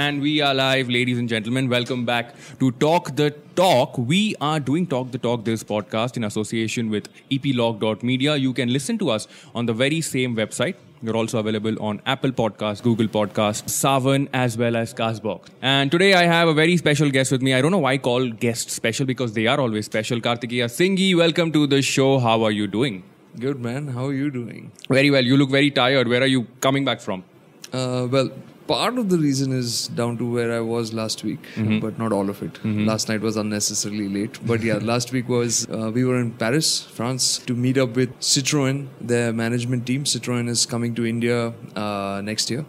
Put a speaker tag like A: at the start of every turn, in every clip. A: And we are live, ladies and gentlemen. Welcome back to Talk the Talk. We are doing Talk the Talk, this podcast, in association with E eplog.media. You can listen to us on the very same website. We're also available on Apple Podcasts, Google Podcasts, Savan, as well as Castbox. And today I have a very special guest with me. I don't know why I call guests special because they are always special. Kartikeya Singhi, welcome to the show. How are you doing?
B: Good man, how are you doing?
A: Very well. You look very tired. Where are you coming back from?
B: Uh, well, part of the reason is down to where I was last week, but not all of it. Last night was unnecessarily late, but yeah, last week was uh, we were in Paris, France, to meet up with Citroën, their management team. Citroën is coming to India uh, next year,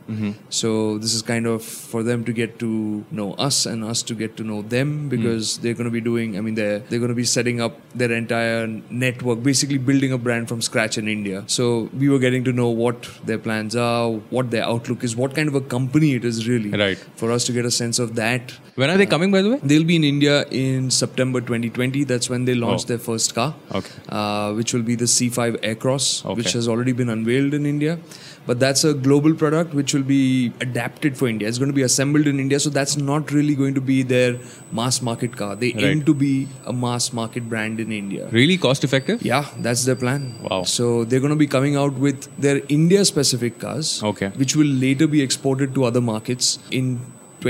B: so this is kind of for them to get to know us and us to get to know them because they're going to be doing. I mean, they're they're going to be setting up their entire network, basically building a brand from scratch in India. So we were getting to know what their plans are, what their outlook is, what kind of a company it is really.
A: Right.
B: For us to get a sense of that.
A: When are they coming, by the way?
B: They'll be in India in September 2020. That's when they launched
A: Oh.
B: their first car,
A: Okay.
B: uh, which will be the C5 Aircross,
A: Okay.
B: which has already been unveiled in India. But that's a global product which will be adapted for India. It's going to be assembled in India, so that's not really going to be their mass market car. They aim
A: Right.
B: to be a mass market brand in India.
A: Really cost effective?
B: Yeah, that's their plan.
A: Wow.
B: So they're going to be coming out with their India specific cars,
A: Okay.
B: which will later be exported to other markets in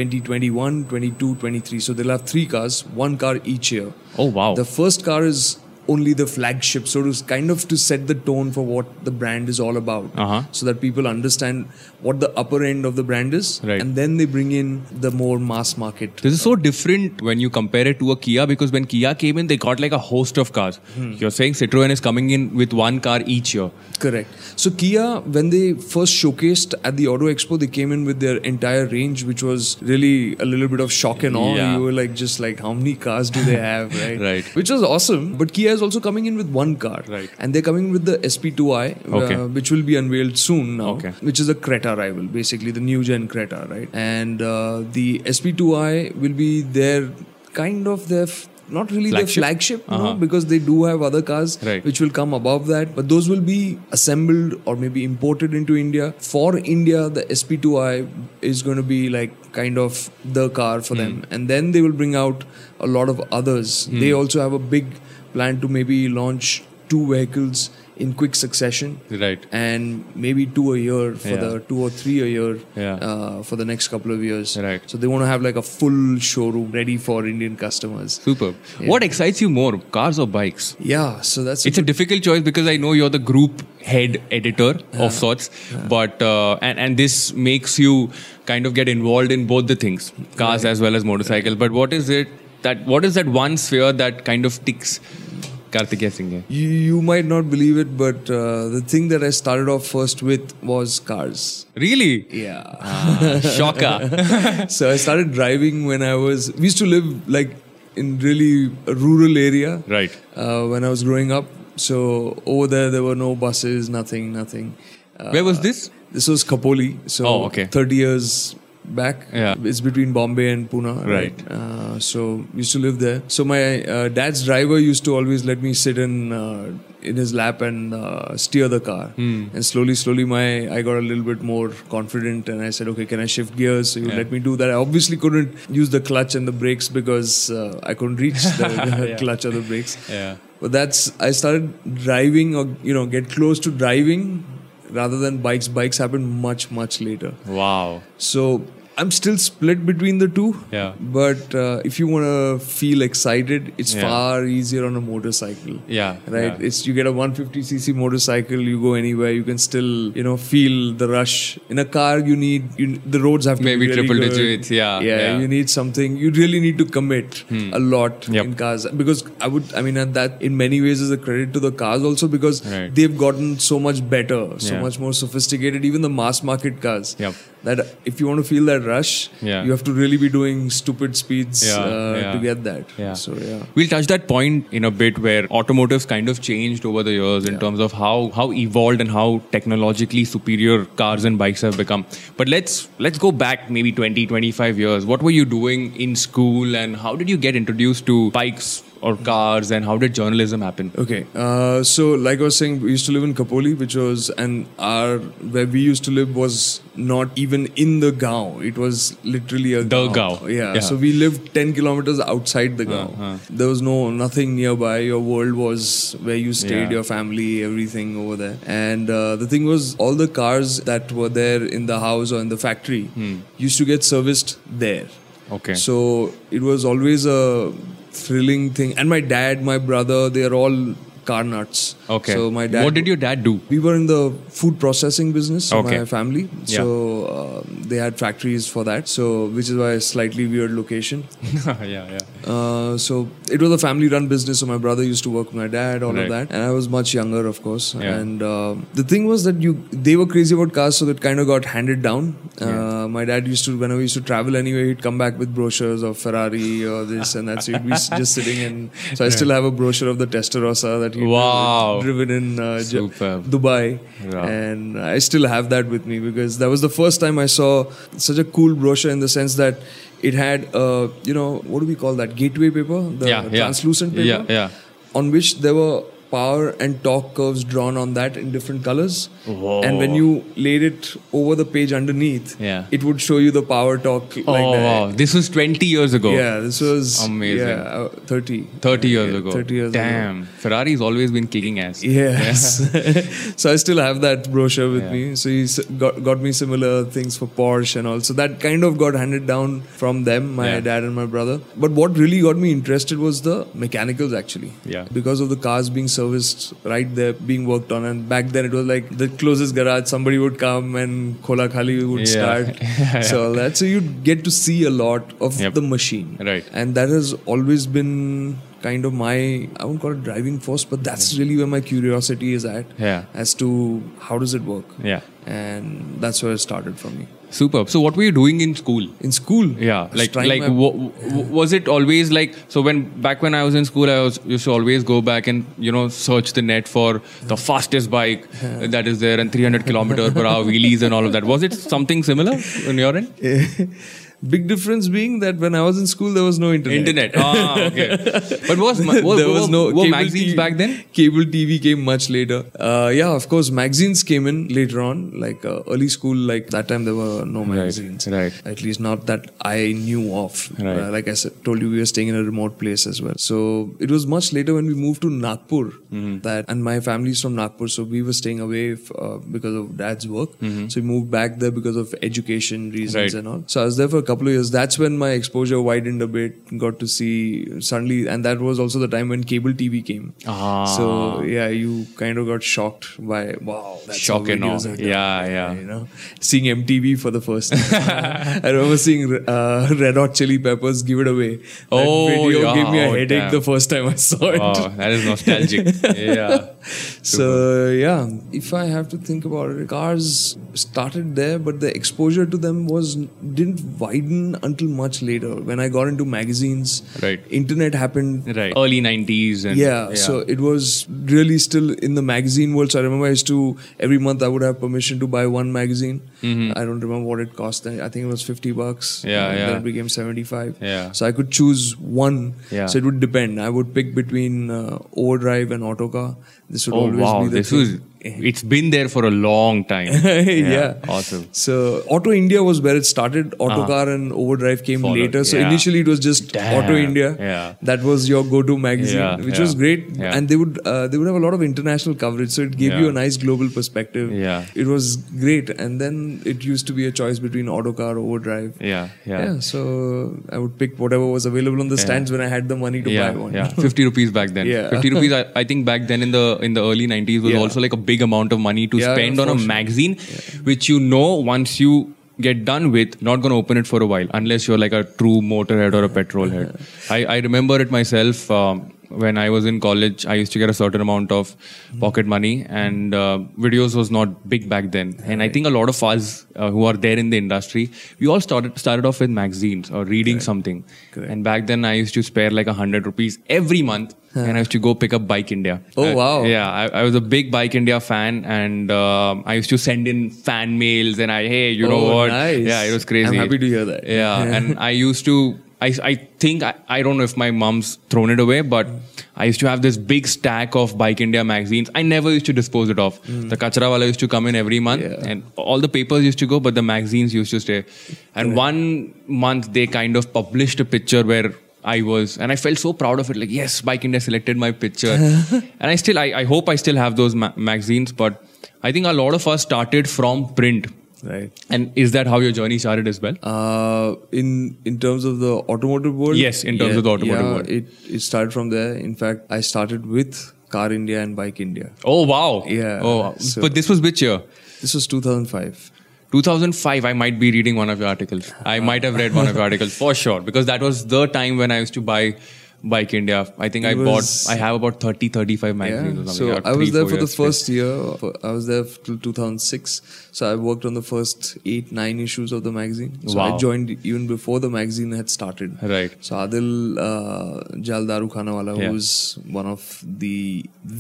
B: 2021, 22, 23. So they'll have three cars, one car each year.
A: Oh, wow.
B: The first car is only the flagship, so it's kind of to set the tone for what the brand is all about,
A: Uh-huh.
B: so that people understand what the upper end of the brand is,
A: Right.
B: and then they bring in the more mass market.
A: This is so different when you compare it to a Kia because when Kia came in, they got like a host of cars. You're saying Citroën is coming in with one car each year.
B: Correct. So Kia, when they first showcased at the Auto Expo, they came in with their entire range, which was really a little bit of shock and awe.
A: Yeah.
B: You were like, just like, how many cars do they have, right?
A: Right.
B: Which was awesome. But Kia is also coming in with one car,
A: Right.
B: And they're coming with the SP2i,
A: Okay.
B: uh, which will be unveiled soon now,
A: Okay.
B: which is the Creta rival, basically the new gen Creta, right? And uh, the SP2i will be their kind of their. f- not really
A: Flagship?
B: their flagship,
A: Uh-huh.
B: no, because they do have other cars
A: Right.
B: which will come above that. But those will be assembled or maybe imported into India. For India, the SP2i is going to be like kind of the car for them.
A: Hmm.
B: And then they will bring out a lot of others. They also have a big plan to maybe launch two vehicles in quick succession.
A: Right.
B: And maybe two a year for
A: Yeah.
B: the two or three a year
A: Yeah.
B: uh, for the next couple of years.
A: Right.
B: So they want to have like a full showroom ready for Indian customers.
A: Superb. What excites you more, cars or bikes?
B: Yeah. So that's
A: It's a difficult choice because I know you're the group head editor of sorts, but uh, and and this makes you kind of get involved in both the things, cars as well as motorcycle. But what is it that what is that one sphere that kind of ticks Kartikeya Singh?
B: You, you might not believe it, but uh, the thing that I started off first with was cars.
A: Really?
B: Yeah.
A: Ah, shocker.
B: so I started driving when I was. We used to live like in really a rural area.
A: Right.
B: Uh, when I was growing up, so over there there were no buses, nothing, nothing. Uh,
A: Where was this?
B: this was Kapoli, so
A: Oh, okay.
B: 30 years back.
A: Yeah.
B: It's between Bombay and Pune.
A: Right.
B: Uh, so we used to live there. So my uh, dad's driver used to always let me sit in uh, in his lap and uh, steer the car.
A: Hmm.
B: And slowly, slowly, my I got a little bit more confident, and I said, "Okay, can I shift gears?" So you let me do that. I obviously couldn't use the clutch and the brakes because uh, I couldn't reach the clutch or the brakes.
A: Yeah.
B: But that's I started driving or you know get close to driving rather than bikes. Bikes happened much much later.
A: Wow.
B: So I'm still split between the two.
A: Yeah.
B: But uh, if you want to feel excited, it's
A: Yeah.
B: far easier on a motorcycle.
A: Yeah.
B: Right,
A: yeah.
B: it's you get a 150cc motorcycle. You go anywhere, you can still you know feel the rush. In a car, you need you, the roads have to
A: Maybe
B: be really
A: triple
B: good.
A: digits, yeah,
B: yeah,
A: yeah. Hmm.
B: You need something. You really need to commit a lot
A: Yep.
B: in cars because I would. I mean, and that in many ways is a credit to the cars also because
A: Right.
B: they've gotten so much better, so
A: Yeah.
B: much more sophisticated. Even the mass market cars.
A: Yep.
B: That if you want to feel that rush,
A: Yeah.
B: you have to really be doing stupid speeds
A: Yeah,
B: uh,
A: yeah.
B: to get that.
A: Yeah.
B: So yeah.
A: We'll touch that point in a bit where automotives kind of changed over the years in terms of how how evolved and how technologically superior cars and bikes have become. But let's let's go back maybe 20 25 years. What were you doing in school and how did you get introduced to bikes or cars and how did journalism happen?
B: Okay, uh, so like I was saying, we used to live in Kapoli, which was and our where we used to live was not even in the Gao. It was literally a
A: The
B: gaon.
A: gaon.
B: Yeah.
A: Yeah. Uh,
B: So we lived ten kilometers outside the Gao. There was no nothing nearby. Your world was where you stayed,
A: Yeah.
B: your family, everything over there. And uh, the thing was, all the cars that were there in the house or in the factory
A: Hmm.
B: used to get serviced there.
A: Okay.
B: So it was always a thrilling thing. And my dad, my brother, they are all car nuts.
A: Okay.
B: So my dad.
A: What did your dad do?
B: We were in the food processing business,
A: Okay.
B: my family.
A: Yeah.
B: So um, they had factories for that. So which is why a slightly weird location.
A: yeah, yeah.
B: Uh, so it was a family-run business. So my brother used to work with my dad, all
A: Right.
B: of that, and I was much younger, of course.
A: Yeah.
B: And um the thing was that you they were crazy about cars, so that kind of got handed down. Uh, My dad used to whenever we used to travel anyway, he'd come back with brochures of Ferrari or this and that. So he'd be s- just sitting in. So I still have a brochure of the Testarossa that he
A: Wow.
B: driven in uh, J-
A: Superb.
B: Dubai,
A: Yeah.
B: and I still have that with me because that was the first time I saw such a cool brochure in the sense that it had, uh, you know, what do we call that gateway paper, the
A: Yeah, yeah.
B: translucent paper,
A: Yeah, yeah.
B: on which there were power and torque curves drawn on that in different colors,
A: Whoa.
B: and when you laid it over the page underneath,
A: Yeah.
B: it would show you the power torque like
A: oh,
B: that.
A: wow. This was 20 years ago.
B: Yeah, this was
A: Amazing.
B: Yeah, uh, thirty.
A: 30 years
B: Yeah,
A: ago.
B: 30 years ago.
A: Damn. Ferrari's always been kicking ass.
B: Yes. so I still have that brochure with me. So he s- got, got me similar things for Porsche and all. So that kind of got handed down from them, my
A: Yeah.
B: dad and my brother. But what really got me interested was the mechanicals actually.
A: Yeah.
B: Because of the cars being serviced right there, being worked on. And back then it was like the closest garage, somebody would come and Kola Khali would
A: Yeah.
B: start.
A: Yeah.
B: So all that. So you'd get to see a lot of
A: Yep.
B: the machine.
A: Right.
B: And that has always been kind of my, I won't call it driving force, but that's really where my curiosity is at
A: Mm-hmm. Yeah.
B: as to how does it work.
A: Yeah.
B: And that's where it started for me.
A: Superb. So, what were you doing in school?
B: In school, I
A: Yeah,
B: was
A: like
B: trying
A: like
B: my-
A: w- was it always like so when back when I was in school I was used to always go back and you know search the net for the fastest bike that is there and 300 kilometer per hour wheelies and all of that. Was it something similar on your end?
B: big difference being that when I was in school, there was no internet.
A: Internet. Ah, okay. But was ma- were,
B: there was
A: were-
B: no
A: were
B: cable
A: magazines
B: TV
A: back then?
B: Cable TV came much later. Uh, yeah, of course, magazines came in later on, like uh, early school. Like that time, there were no magazines.
A: right.
B: At least not that I knew of.
A: Right.
B: Uh, like I said, told you, we were staying in a remote place as well. So it was much later when we moved to Nagpur
A: Mm-hmm.
B: that, and my family's from Nagpur, so we were staying away f- uh, because of dad's work. So we moved back there because of education reasons
A: Mm-hmm. Right.
B: and all. So I was there for a couple of years. That's when my exposure widened a bit. Got to see suddenly, and that was also the time when cable TV came.
A: Ah.
B: So yeah, you kind of got shocked by wow, that's how
A: Shock and
B: videos
A: awe.
B: are done.
A: Yeah, yeah.
B: You know, seeing MTV for the first time. I remember seeing uh, Red Hot Chili Peppers give it away. That
A: Oh,
B: video
A: yeah.
B: gave me a
A: Oh,
B: headache
A: damn.
B: the first time I saw it.
A: Wow, Oh, that is nostalgic. yeah.
B: So yeah, if I have to think about it, cars started there, but the exposure to them was didn't widen until much later when I got into magazines.
A: Right.
B: Internet happened
A: Right. Early 90s and
B: yeah, so it was really still in the magazine world. So I remember I used to every month I would have permission to buy one magazine. I don't remember what it cost. then. I think it was fifty bucks.
A: Mm-hmm. Yeah,
B: and
A: yeah.
B: Then it became seventy five.
A: Yeah.
B: So I could choose one.
A: Yeah.
B: So it would depend. I would pick between uh, Overdrive and Autocar. This would
A: Oh
B: always
A: wow,
B: be the
A: this
B: thing.
A: was it's been there for a long time.
B: yeah.
A: Awesome. Ah.
B: So Auto India was where it started. Autocar and Overdrive came
A: Followed,
B: later. So
A: yeah.
B: initially it was just
A: Damn,
B: Auto India.
A: yeah.
B: That was your go-to magazine,
A: Yeah,
B: which
A: yeah,
B: was great.
A: yeah.
B: And they would uh, they would have a lot of international coverage, so it gave
A: Yeah.
B: you a nice global perspective.
A: Yeah.
B: It was great. And then it used to be a choice between Autocar, Overdrive.
A: Yeah, yeah.
B: Yeah, so I would pick whatever was available on the stands when I had the money to
A: yeah,
B: buy one.
A: yeah, fifty rupees back then.
B: Yeah.
A: fifty rupees. I, I think back then in the in the early nineties was
B: Yeah.
A: also like a big amount of money to
B: Yeah,
A: spend on a
B: for sure.
A: magazine, which you know once you get done with, not gonna open it for a while unless you're like a true motorhead or a petrol head. I I remember it myself. Um, when I was in college, I used to get a certain amount of
B: Hmm.
A: pocket money, and uh, videos was not big back then. And I think a lot of us uh, who are there in the industry, we all started started off with magazines or reading something. And back then, I used to spare like a hundred rupees every month, and I used to go pick up Bike India. Uh,
B: Oh,
A: I-
B: wow.
A: Yeah, I, I was a big Bike India fan, and um, I used to send in fan mails, and I hey, you know
B: Oh,
A: what?
B: nice.
A: Yeah, it was crazy.
B: I'm happy to hear that.
A: Yeah, and I used to I, I think I, I don't know if my mom's thrown it away, but I used to have this big stack of Bike India magazines. I never used to dispose it off. The kachra wala used to come in every month,
B: Yeah.
A: and all the papers used to go, but the magazines used to stay. And one month they kind of published a picture where I was, and I felt so proud of it. Like yes, Bike India selected my picture, and I still I, I hope I still have those ma- magazines, but I think a lot of us started from print.
B: Right.
A: And is that how your journey started as well?
B: Uh, in in terms of the automotive world,
A: Yes, in terms of the automotive
B: yeah,
A: world.
B: it it started from there. In fact, I started with Car India and Bike India.
A: Oh wow!
B: Yeah,
A: Oh, wow.
B: so-
A: but this was which year?
B: This was 2005.
A: 2005. I might be reading one of your articles. I might have read one of your articles for sure because that was the time when I used to buy Bike India. I think I
B: was-
A: bought. I have about 30, 35 magazines.
B: Yeah.
A: or something.
B: So
A: or
B: I was
A: three,
B: there
A: four
B: for the
A: years straight.
B: first year. For- I was there till 2006. So I worked on the first eight, nine issues of the magazine. So
A: Wow.
B: I joined even before the magazine had started.
A: Right.
B: So Adil uh, Jaldaru Khanawala,
A: Yeah.
B: who's one of the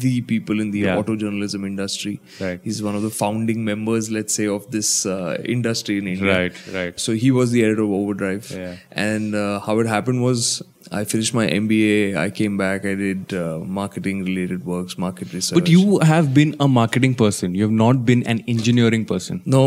B: the people in the
A: Yeah.
B: auto journalism industry.
A: Right.
B: He's one of the founding members, let's say, of this uh, industry in India.
A: Right, right.
B: So he was the editor of Overdrive.
A: Yeah.
B: And uh, how it happened was I finished my MBA. I came back. I did uh, marketing related works, market research.
A: But you have been a marketing person. You have not been an engineering person.
B: No,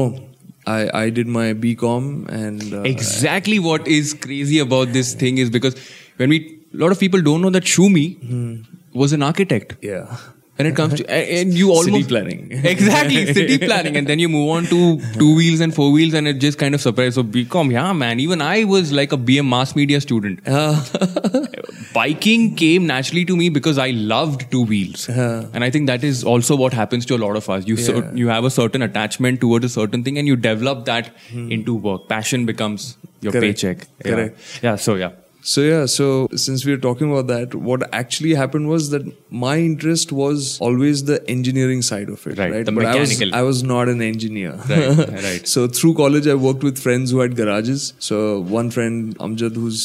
B: I, I did my BCom and. Uh,
A: Exactly what is crazy about this thing is because when we a lot of people don't know that Shumi
B: Hmm.
A: was an architect.
B: yeah.
A: when it comes to a- and you almost
B: City planning.
A: exactly city planning and then you move on to two wheels and four wheels and it just kind of surprised so bcom yeah man even i was like a bm mass media student
B: Uh,
A: biking came naturally to me because i loved two wheels and i think that is also what happens to a lot of us you cer-
B: Yeah.
A: you have a certain attachment towards a certain thing and you develop that into work passion becomes your
B: Hmm. Correct.
A: paycheck Yeah.
B: Correct.
A: yeah so yeah
B: So yeah, so since we were talking about that, what actually happened was that my interest was always the engineering side of it,
A: Right,
B: right?
A: the
B: but
A: mechanical.
B: I was I was not an engineer.
A: Right, right.
B: so through college, I worked with friends who had garages. So one friend Amjad, who's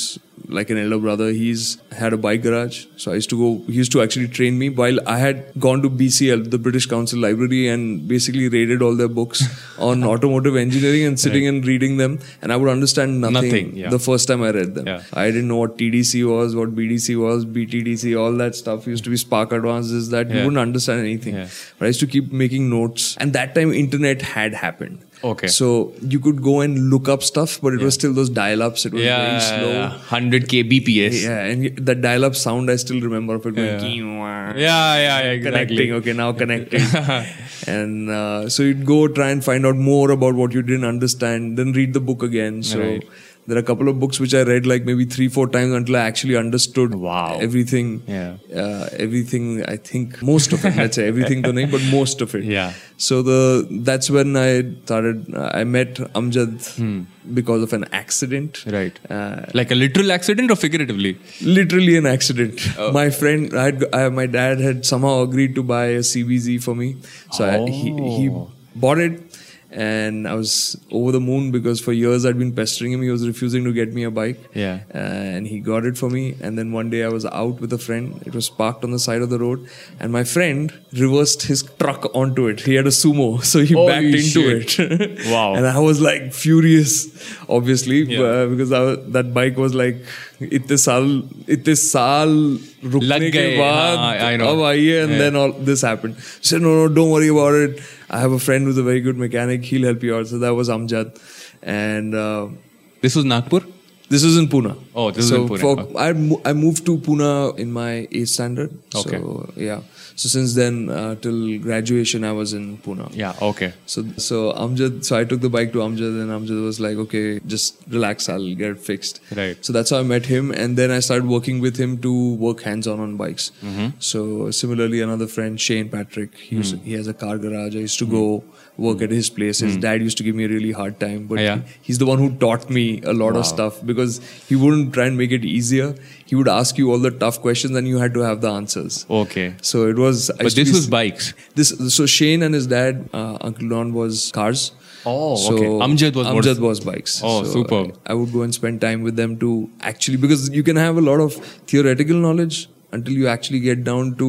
B: like an elder brother, he's had a bike garage. So I used to go. He used to actually train me while I had gone to BCL, the British Council Library, and basically raided all their books on automotive engineering and sitting and reading them. And I would understand nothing,
A: Nothing, yeah.
B: the first time I read them.
A: Yeah.
B: I didn't know what TDC was, what BDC was, BTDC, all that stuff. Used to be Spark Advance, this, that.
A: Yeah.
B: You wouldn't understand anything.
A: Yeah.
B: But I used to keep making notes. And that time, internet had happened.
A: Okay.
B: So you could go and look up stuff, but it was still those dial ups. It was very slow.
A: yeah 100 kbps
B: Yeah, and the dial up sound I still remember of it going,
A: Yeah.
B: "Kiwa."
A: yeah yeah, yeah exactly
B: connecting. Okay, now connecting. and uh, so you'd go try and find out more about what you didn't understand, then read the book again. So
A: Right.
B: there are a couple of books which I read like maybe three, four times until I actually understood
A: Wow.
B: everything.
A: Yeah.
B: Uh, everything, I think, most of it. Let's say everything, the name, but most of it.
A: Yeah.
B: So the that's when I started. I met Amjad because of an accident.
A: Hmm. Right.
B: Uh,
A: like a literal accident or figuratively?
B: literally an accident.
A: Oh.
B: My friend, I had, I, my dad had somehow agreed to buy a CBZ for me, so I, he he
A: Oh.
B: bought it, and I was over the moon because for years I'd been pestering him. He was refusing to get me a bike.
A: Yeah.
B: and he got it for me. And then one day I was out with a friend. It was parked on the side of the road, and my friend reversed his truck onto it. He had a sumo, so he
A: Holy
B: backed into
A: shit.
B: it.
A: Wow.
B: And I was like furious, obviously,
A: Yeah.
B: uh, because I, was- that bike was like इतने साल इतने साल
A: लग
B: रुकने के
A: गए, हाँ, I
B: बाद
A: know.
B: अब आई and then all this happened. She said, no, no, don't worry about it. I have a friend who's a very good mechanic. He'll help you out. So that was Amjad. And uh,
A: This was Nagpur?
B: this was in Pune.
A: Oh, this was
B: so
A: in Pune.
B: For, I, mo- I moved to Pune in my eighth standard.
A: Okay.
B: So, yeah. So since then, uh, till graduation, I was in Pune.
A: Yeah, okay.
B: So so Amjad, so I took the bike to Amjad, and Amjad was like, "Okay, just relax, I'll get it fixed."
A: Right.
B: So that's how I met him, and then I started working with him to work hands-on on bikes.
A: Mm-hmm.
B: So similarly, another friend Shane Patrick, he, used,
A: Mm.
B: he has a car garage. I used to go work at his place. His dad used to give me a really hard time, but
A: Yeah.
B: he- he's the one who taught me a lot of stuff because he wouldn't try and make it easier. He would ask you all the tough questions, and you had to have the answers.
A: Okay.
B: So it was.
A: But this was bikes.
B: This so Shane and his dad, uh, Uncle Don was cars.
A: Oh, okay. Amjad was
B: Amjad
A: motorc-
B: was bikes.
A: Oh,
B: So
A: superb.
B: I would go and spend time with them to actually because you can have a lot of theoretical knowledge, until you actually get down to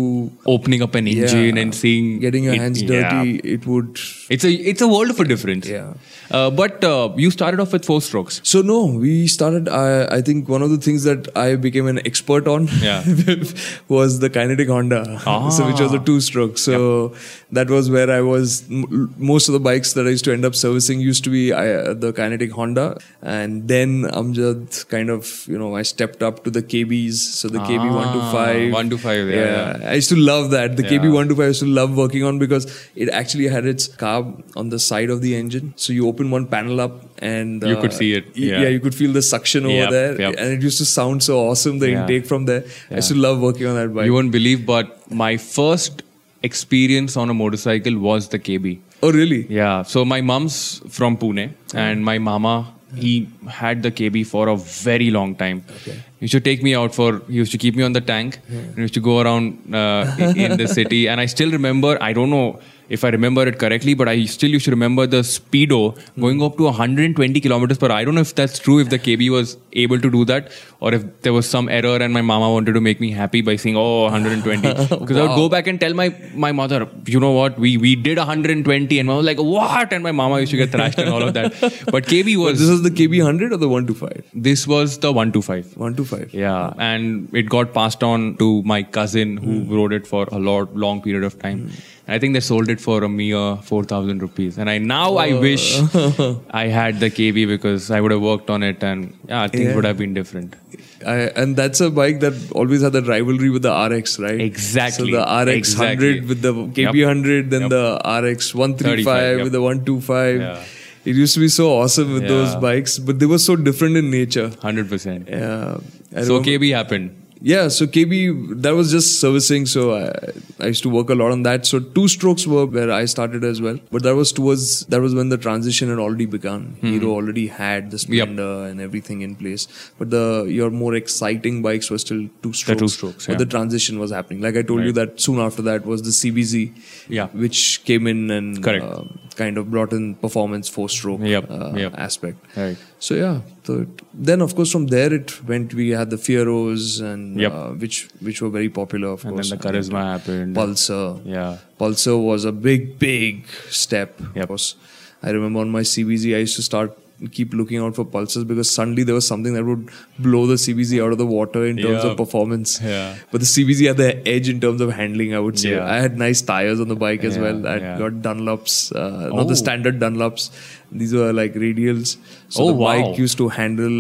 A: Opening up an engine and seeing
B: getting your
A: it-
B: hands
A: yeah.
B: dirty, it would.
A: It's a it's a world of a difference.
B: Yeah.
A: Uh, but uh, you started off with four strokes.
B: So no, we started. I, I think one of the things that I became an expert on
A: Yeah.
B: was the kinetic Honda, so which
A: Ah.
B: was a two-stroke. So that was where I was. M- most of the bikes that I used to end up servicing used to be I, uh, the kinetic Honda, and then Amjad kind of you know I stepped up to the KBs. So the KB one two five,
A: Ah, 125, yeah,
B: I used to love that. The
A: Yeah.
B: KB one 125 I used to love working on because it actually had its carb on the side of the engine. So you open one panel up and uh,
A: You could see it,
B: y-
A: yeah.
B: you could feel the suction over
A: Yep,
B: there,
A: yep.
B: and it used to sound so awesome. The
A: Yeah.
B: intake from there, I used to love working on that bike.
A: You won't believe, but my first experience on a motorcycle was the KB.
B: oh really?
A: Yeah. So my mom's from Pune, and my mama he had the KB for a very long time. He used to take me out for. He used to keep me on the tank. and He used to go around uh, i- in the city, and I still remember. I don't know if I remember it correctly, but I still used to remember the speedo going up to 120 kilometers per. hour. I don't know if that's true. If the KB was able to do that, or if there was some error, and my mama wanted to make me happy by saying, "Oh, 120," because I would go back and tell my my mother, "You know what? We we did 120," and I was like, "What?" And my mama used to get thrashed and all of that. But KB
B: But
A: was
B: this was the KB hundred or the one two five?
A: this was the 125.
B: One two five.
A: Yeah, and it got passed on to my cousin who
B: Hmm.
A: rode it for a lot long period of time. And I think they sold it for a mere four thousand rupees. And I now I
B: Oh.
A: wish I had the KB because I would have worked on it, and yeah, things
B: Yeah.
A: would have been different.
B: I, and that's a bike that always had that rivalry with the RX, right?
A: Exactly.
B: So the RX
A: Exactly.
B: 100 with the KB 100, then the RX 135
A: yep.
B: with the 125.
A: Yeah.
B: It used to be so awesome with those
A: Yeah.
B: bikes, but they were so different in nature.
A: Hundred percent.
B: Yeah. I
A: So
B: remember-
A: KB happened.
B: yeah, so KB, that was just servicing. So I, I used to work a lot on that. So two strokes were where I started as well. But that was towards, that was when the transition had already begun.
A: Hmm.
B: Hero already had the Splendor and everything in place. But the, your more exciting bikes were still two strokes.
A: strokes,
B: But
A: yeah.
B: the transition was happening. Like I told you that soon after that was the CBZ.
A: Yeah.
B: Which came in and
A: Correct.
B: um, kind of brought in performance four stroke
A: Yep,
B: uh,
A: yep.
B: aspect.
A: Right.
B: So yeah, so it, then of course from there it went. We had the Fieros and
A: Yep.
B: uh, which which were very popular, of
A: And
B: course. uh,
A: then the charisma uh, happened.
B: Pulsar,
A: Yeah.
B: Pulsar was a big big step.
A: Yep.
B: Of course, I remember on my CBZ I used to start keep looking out for pulses because suddenly there was something that would blow the CBZ out of the water in terms
A: Yeah.
B: of performance.
A: Yeah.
B: But the CBZ had the edge in terms of handling. I would say
A: Yeah.
B: I had nice tires on the bike as
A: Yeah,
B: well. I
A: yeah.
B: got Dunlops, uh, not
A: Oh.
B: the standard Dunlops. These were like radials. So
A: Oh,
B: the
A: wow.
B: bike used to handle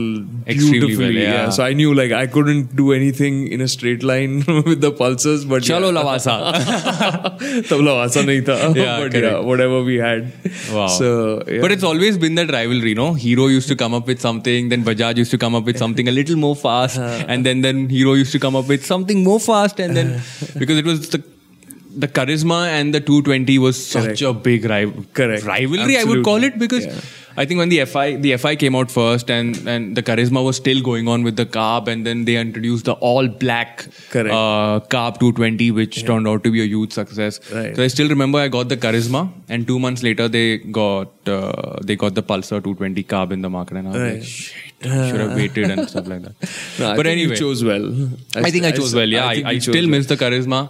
A: Extremely
B: beautifully.
A: well,
B: yeah.
A: yeah.
B: So I knew like I couldn't do anything in a straight line with the pulses, but
A: Chalo
B: yeah.
A: Lavasa.
B: Tabla वासा नहीं था
A: Yeah,
B: but yeah,
A: correct.
B: whatever we had.
A: Wow.
B: So yeah.
A: But it's always been that rivalry, no? Hero used to come up with something, then Bajaj used to come up with something a little more fast, and then then Hero used to come up with something more fast, and then because it was the the charisma and the 220 was such
B: Correct.
A: a big ri-
B: Correct.
A: rivalry I would
B: Absolutely.
A: call it because
B: Yeah.
A: I think when the FI the FI came out first and and the charisma was still going on with the carb and then they introduced the all black
B: Correct.
A: uh, carb 220 which turned out to be a huge success
B: Right.
A: so I still remember I got the Charisma, and two months later they got uh, they got the Pulsar 220 carb in the market, and I was like,
B: Right.
A: shit, I should have waited and stuff like that.
B: No, I
A: but
B: think you
A: anyway,
B: chose well.
A: I think I chose well. Yeah, I,
B: think
A: I,
B: you chose
A: still
B: well.
A: miss the charisma.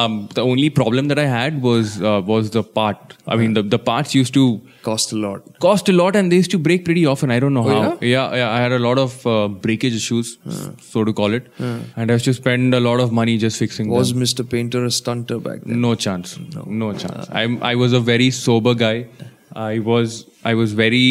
A: Um, the only problem that I had was uh, was the part. I mean, the, the parts used to
B: cost a lot.
A: cost a lot, and they used to break pretty often. I don't know
B: Oh,
A: how. Yeah? yeah, I had a lot of uh, breakage issues, so to call it, and I used to spend a lot of money just fixing. them.
B: Was Mr. Painter a stunter back then?
A: No chance. No, chance. I'm, I was a very sober guy. I was I was very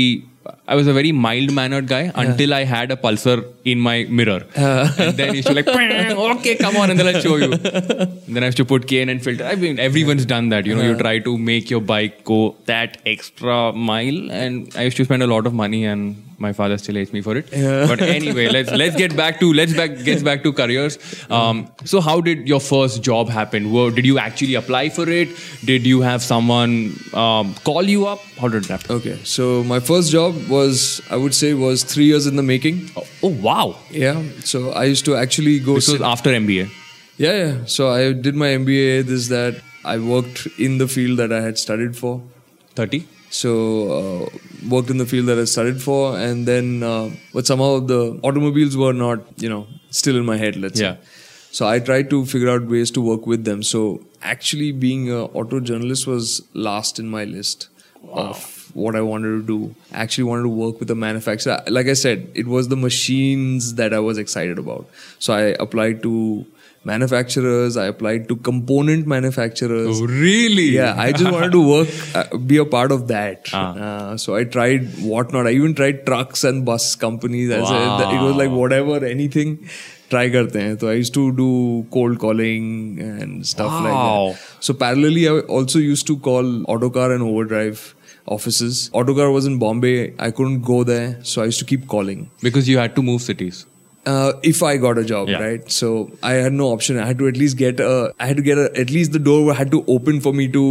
A: I was a very mild mannered guy until I had a pulsar in my mirror. And then you to like, "Pang, okay, come on, and then I'll show you. And then I used to put cane and filter. I mean, everyone's done that. You know, you try to make your bike go that extra mile, and I used to spend a lot of money, and my father still hates me for it. But anyway, let's let's get back to let's back get back to careers. Um, so how did your first job happen? Were, did you actually apply for it? Did you have someone um, call you up? How did that? happen?
B: Okay, so my first job was, I would say, was three years in the making.
A: Oh, oh, wow!
B: Yeah, so I used to actually go.
A: This was
B: sit-
A: after MBA.
B: Yeah, yeah. So I did my MBA. This that I worked in the field that I had studied for.
A: Thirty.
B: So uh, worked in the field that I studied for, and then uh, but somehow the automobiles were not, you know, still in my head. Let's
A: Yeah.
B: say. So I tried to figure out ways to work with them. So actually, being a auto journalist was last in my list of what I wanted to do. I actually wanted to work with a manufacturer. Like I said, it was the machines that I was excited about. So I applied to manufacturers. I applied to component manufacturers.
A: Oh, really? Ah.
B: Yeah, I just wanted to work, uh, be a part of that. Uh, so I tried whatnot. I even tried trucks and bus companies. As a-
A: Wow.
B: it was like whatever, anything. Try karte hain. So I used to do cold calling and stuff like
A: Wow.
B: that. So parallelly, I also used to call Autocar and Overdrive offices. Autocar was in Bombay. I couldn't go there, so I used to keep calling.
A: Because you had to move cities.
B: Uh, if I got a job,
A: Yeah.
B: right? So I had no option. I had to at least get a. I had to get a, at least the door had to open for me to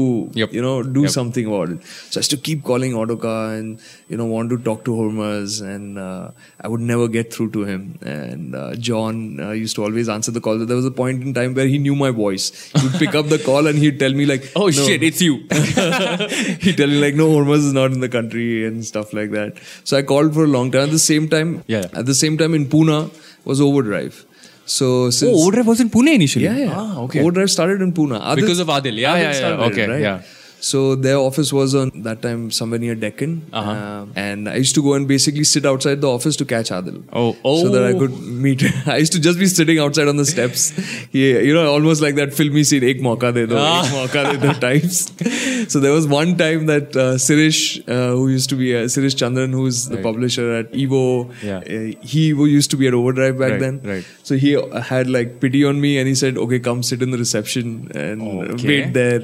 A: Yep.
B: you know do
A: Yep.
B: something about it. So I used to keep calling Autocar and you know want to talk to Hormuz and uh, I would never get through to him. And uh, John uh, used to always answer the call. There was a point in time where he knew my voice. He'd pick up the call and he'd tell me like,
A: Oh
B: "No."
A: shit, it's you.
B: He'd tell me like, no, Hormuz is not in the country and stuff like that. So I called for a long time. At the same time,
A: Yeah.
B: At the same time in Pune was Overdrive. So since
A: oh, Overdrive was in Pune initially.
B: yeah, yeah.
A: Ah, okay.
B: Overdrive started in Pune Adit-
A: Because of Adil. Yeah,
B: Adit
A: yeah, yeah.
B: started it,
A: Okay,
B: right?
A: yeah.
B: So their office was on that time somewhere near Deccan,
A: Uh-huh.
B: Um, and I used to go and basically sit outside the office to catch Adil.
A: Oh,
B: so that I
A: oh.
B: could meet. I used to just be sitting outside on the steps. yeah, you know, almost like that filmy scene, "Ek mauka de do,
A: Ah.
B: ek mauka de do" types. So there was one time that uh, Sirish, uh, who used to be uh, Sirish Chandran, who's the publisher at Evo,
A: Yeah.
B: uh, he who used to be at Overdrive back
A: Right,
B: then.
A: right.
B: So he uh, had like pity on me, and he said, "Okay, come sit in the reception and
A: Okay.
B: wait there."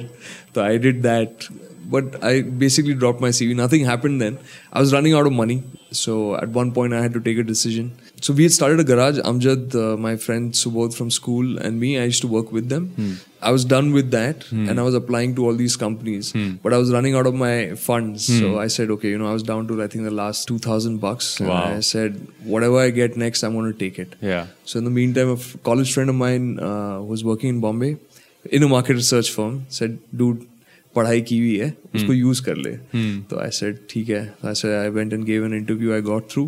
B: So I did that, but I basically dropped my CV. Nothing happened then. I was running out of money, so at one point I had to take a decision. So we had started a garage. Amjad, uh, my friend Subodh from school, and me. I used to work with them.
A: Hmm.
B: I was done with that, and I was applying to all these companies,
A: Hmm.
B: but I was running out of my funds. So I said, "Okay, you know, I was down to I think the last two thousand bucks." and
A: Wow.
B: I said, "Whatever I get next, I'm going to take it."
A: Yeah.
B: So in the meantime, a f- college friend of mine uh, was working in Bombay in a market research firm. Said, "Dude, पढ़ाई की हुई है उसको use कर ले." तो I said, "ठीक है." I said, I went and gave an interview. I got through,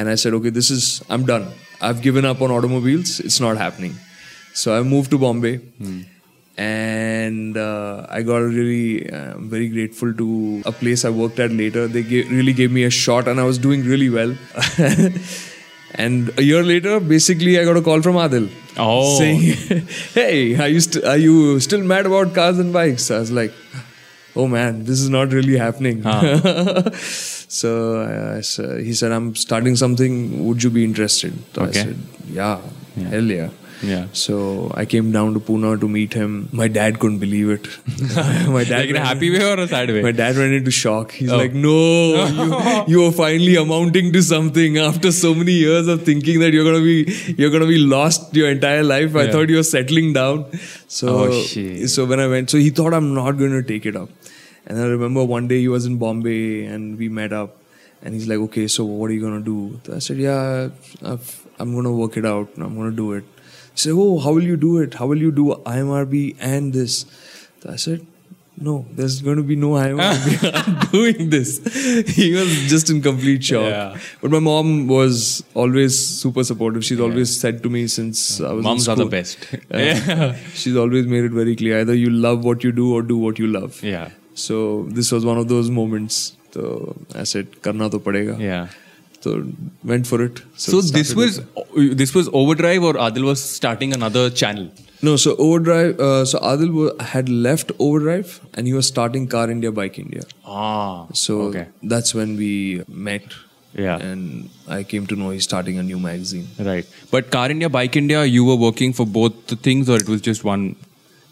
B: and I said, "Okay, this is I'm done. I've given up on automobiles. It's not happening." So I moved to Bombay. And uh, I got really uh, very grateful to a place I worked at later. They gave, really gave me a shot, and I was doing really well. And a year later, basically, I got a call from Adil
A: Oh.
B: saying, "Hey, are you st- are you still mad about cars and bikes?" I was like, "Oh man, this is not really happening." so I, I sa- he said, "I'm starting something. Would you be interested?" So
A: Okay.
B: I said, yeah, hell yeah."
A: Yeah.
B: So I came down to Pune to meet him. My dad couldn't believe it. My dad
A: like in a
B: went-
A: happy way or a sad way? Oh.
B: my dad went into shock. He's like, "No, you, you are finally amounting to something after so many years of thinking that you're gonna be you're gonna be lost your entire life. I
A: Yeah.
B: thought you were settling down." So,
A: Oh, shit.
B: so when I went, so he thought I'm not gonna take it up. And I remember one day he was in Bombay and we met up, and he's like, "Okay, so what are you gonna do?" I said, "Yeah, I've, I'm gonna work it out. and I'm gonna do it." He said, "Oh, how will you do it? How will you do IMRB and this?" I said, no, there's going to be no I'm doing this. He was just in complete shock.
A: Yeah.
B: But my mom was always super supportive. She's always said to me since I was in
A: Moms are the
B: school,
A: best.
B: uh,
A: Yeah.
B: She's always made it very clear either you love what you do or do what you love.
A: Yeah.
B: So this was one of those moments. So I said, karna to padega.
A: Yeah.
B: So went for it.
A: So,
B: it
A: this
B: started
A: was uh, this was Overdrive or Adil was starting another channel.
B: No, so Overdrive, uh, so Adil wa- had left Overdrive and he was starting Car India, Bike India.
A: Ah.
B: So
A: okay.
B: that's when we met.
A: Yeah.
B: And I came to know he's starting a new magazine.
A: Right. But Car India, Bike India, you were working for both the things or it was just one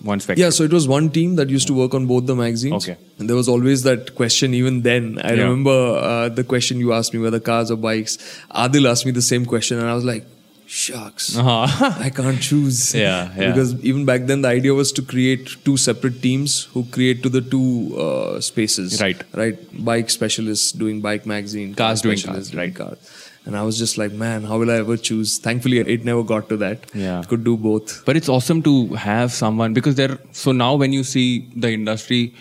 A: one spectrum?
B: Yeah, so it was one team that used to work on both the magazines.
A: Okay.
B: And there was always that question, even then. I
A: Yeah.
B: remember uh, the question you asked me whether cars or bikes. Adil asked me the same question, and I was like, shucks.
A: Uh-huh.
B: I can't choose.
A: Yeah, yeah.
B: Because even back then, the idea was to create two separate teams who create to the two uh, spaces.
A: Right.
B: Right. Bike specialists doing bike magazine.
A: Cars doing
B: specialists
A: cars,
B: doing cars. And I was just like, man, how will I ever choose? Thankfully, it never got to that.
A: Yeah.
B: Could do both.
A: But it's awesome to have someone because there. So now, when you see the industry,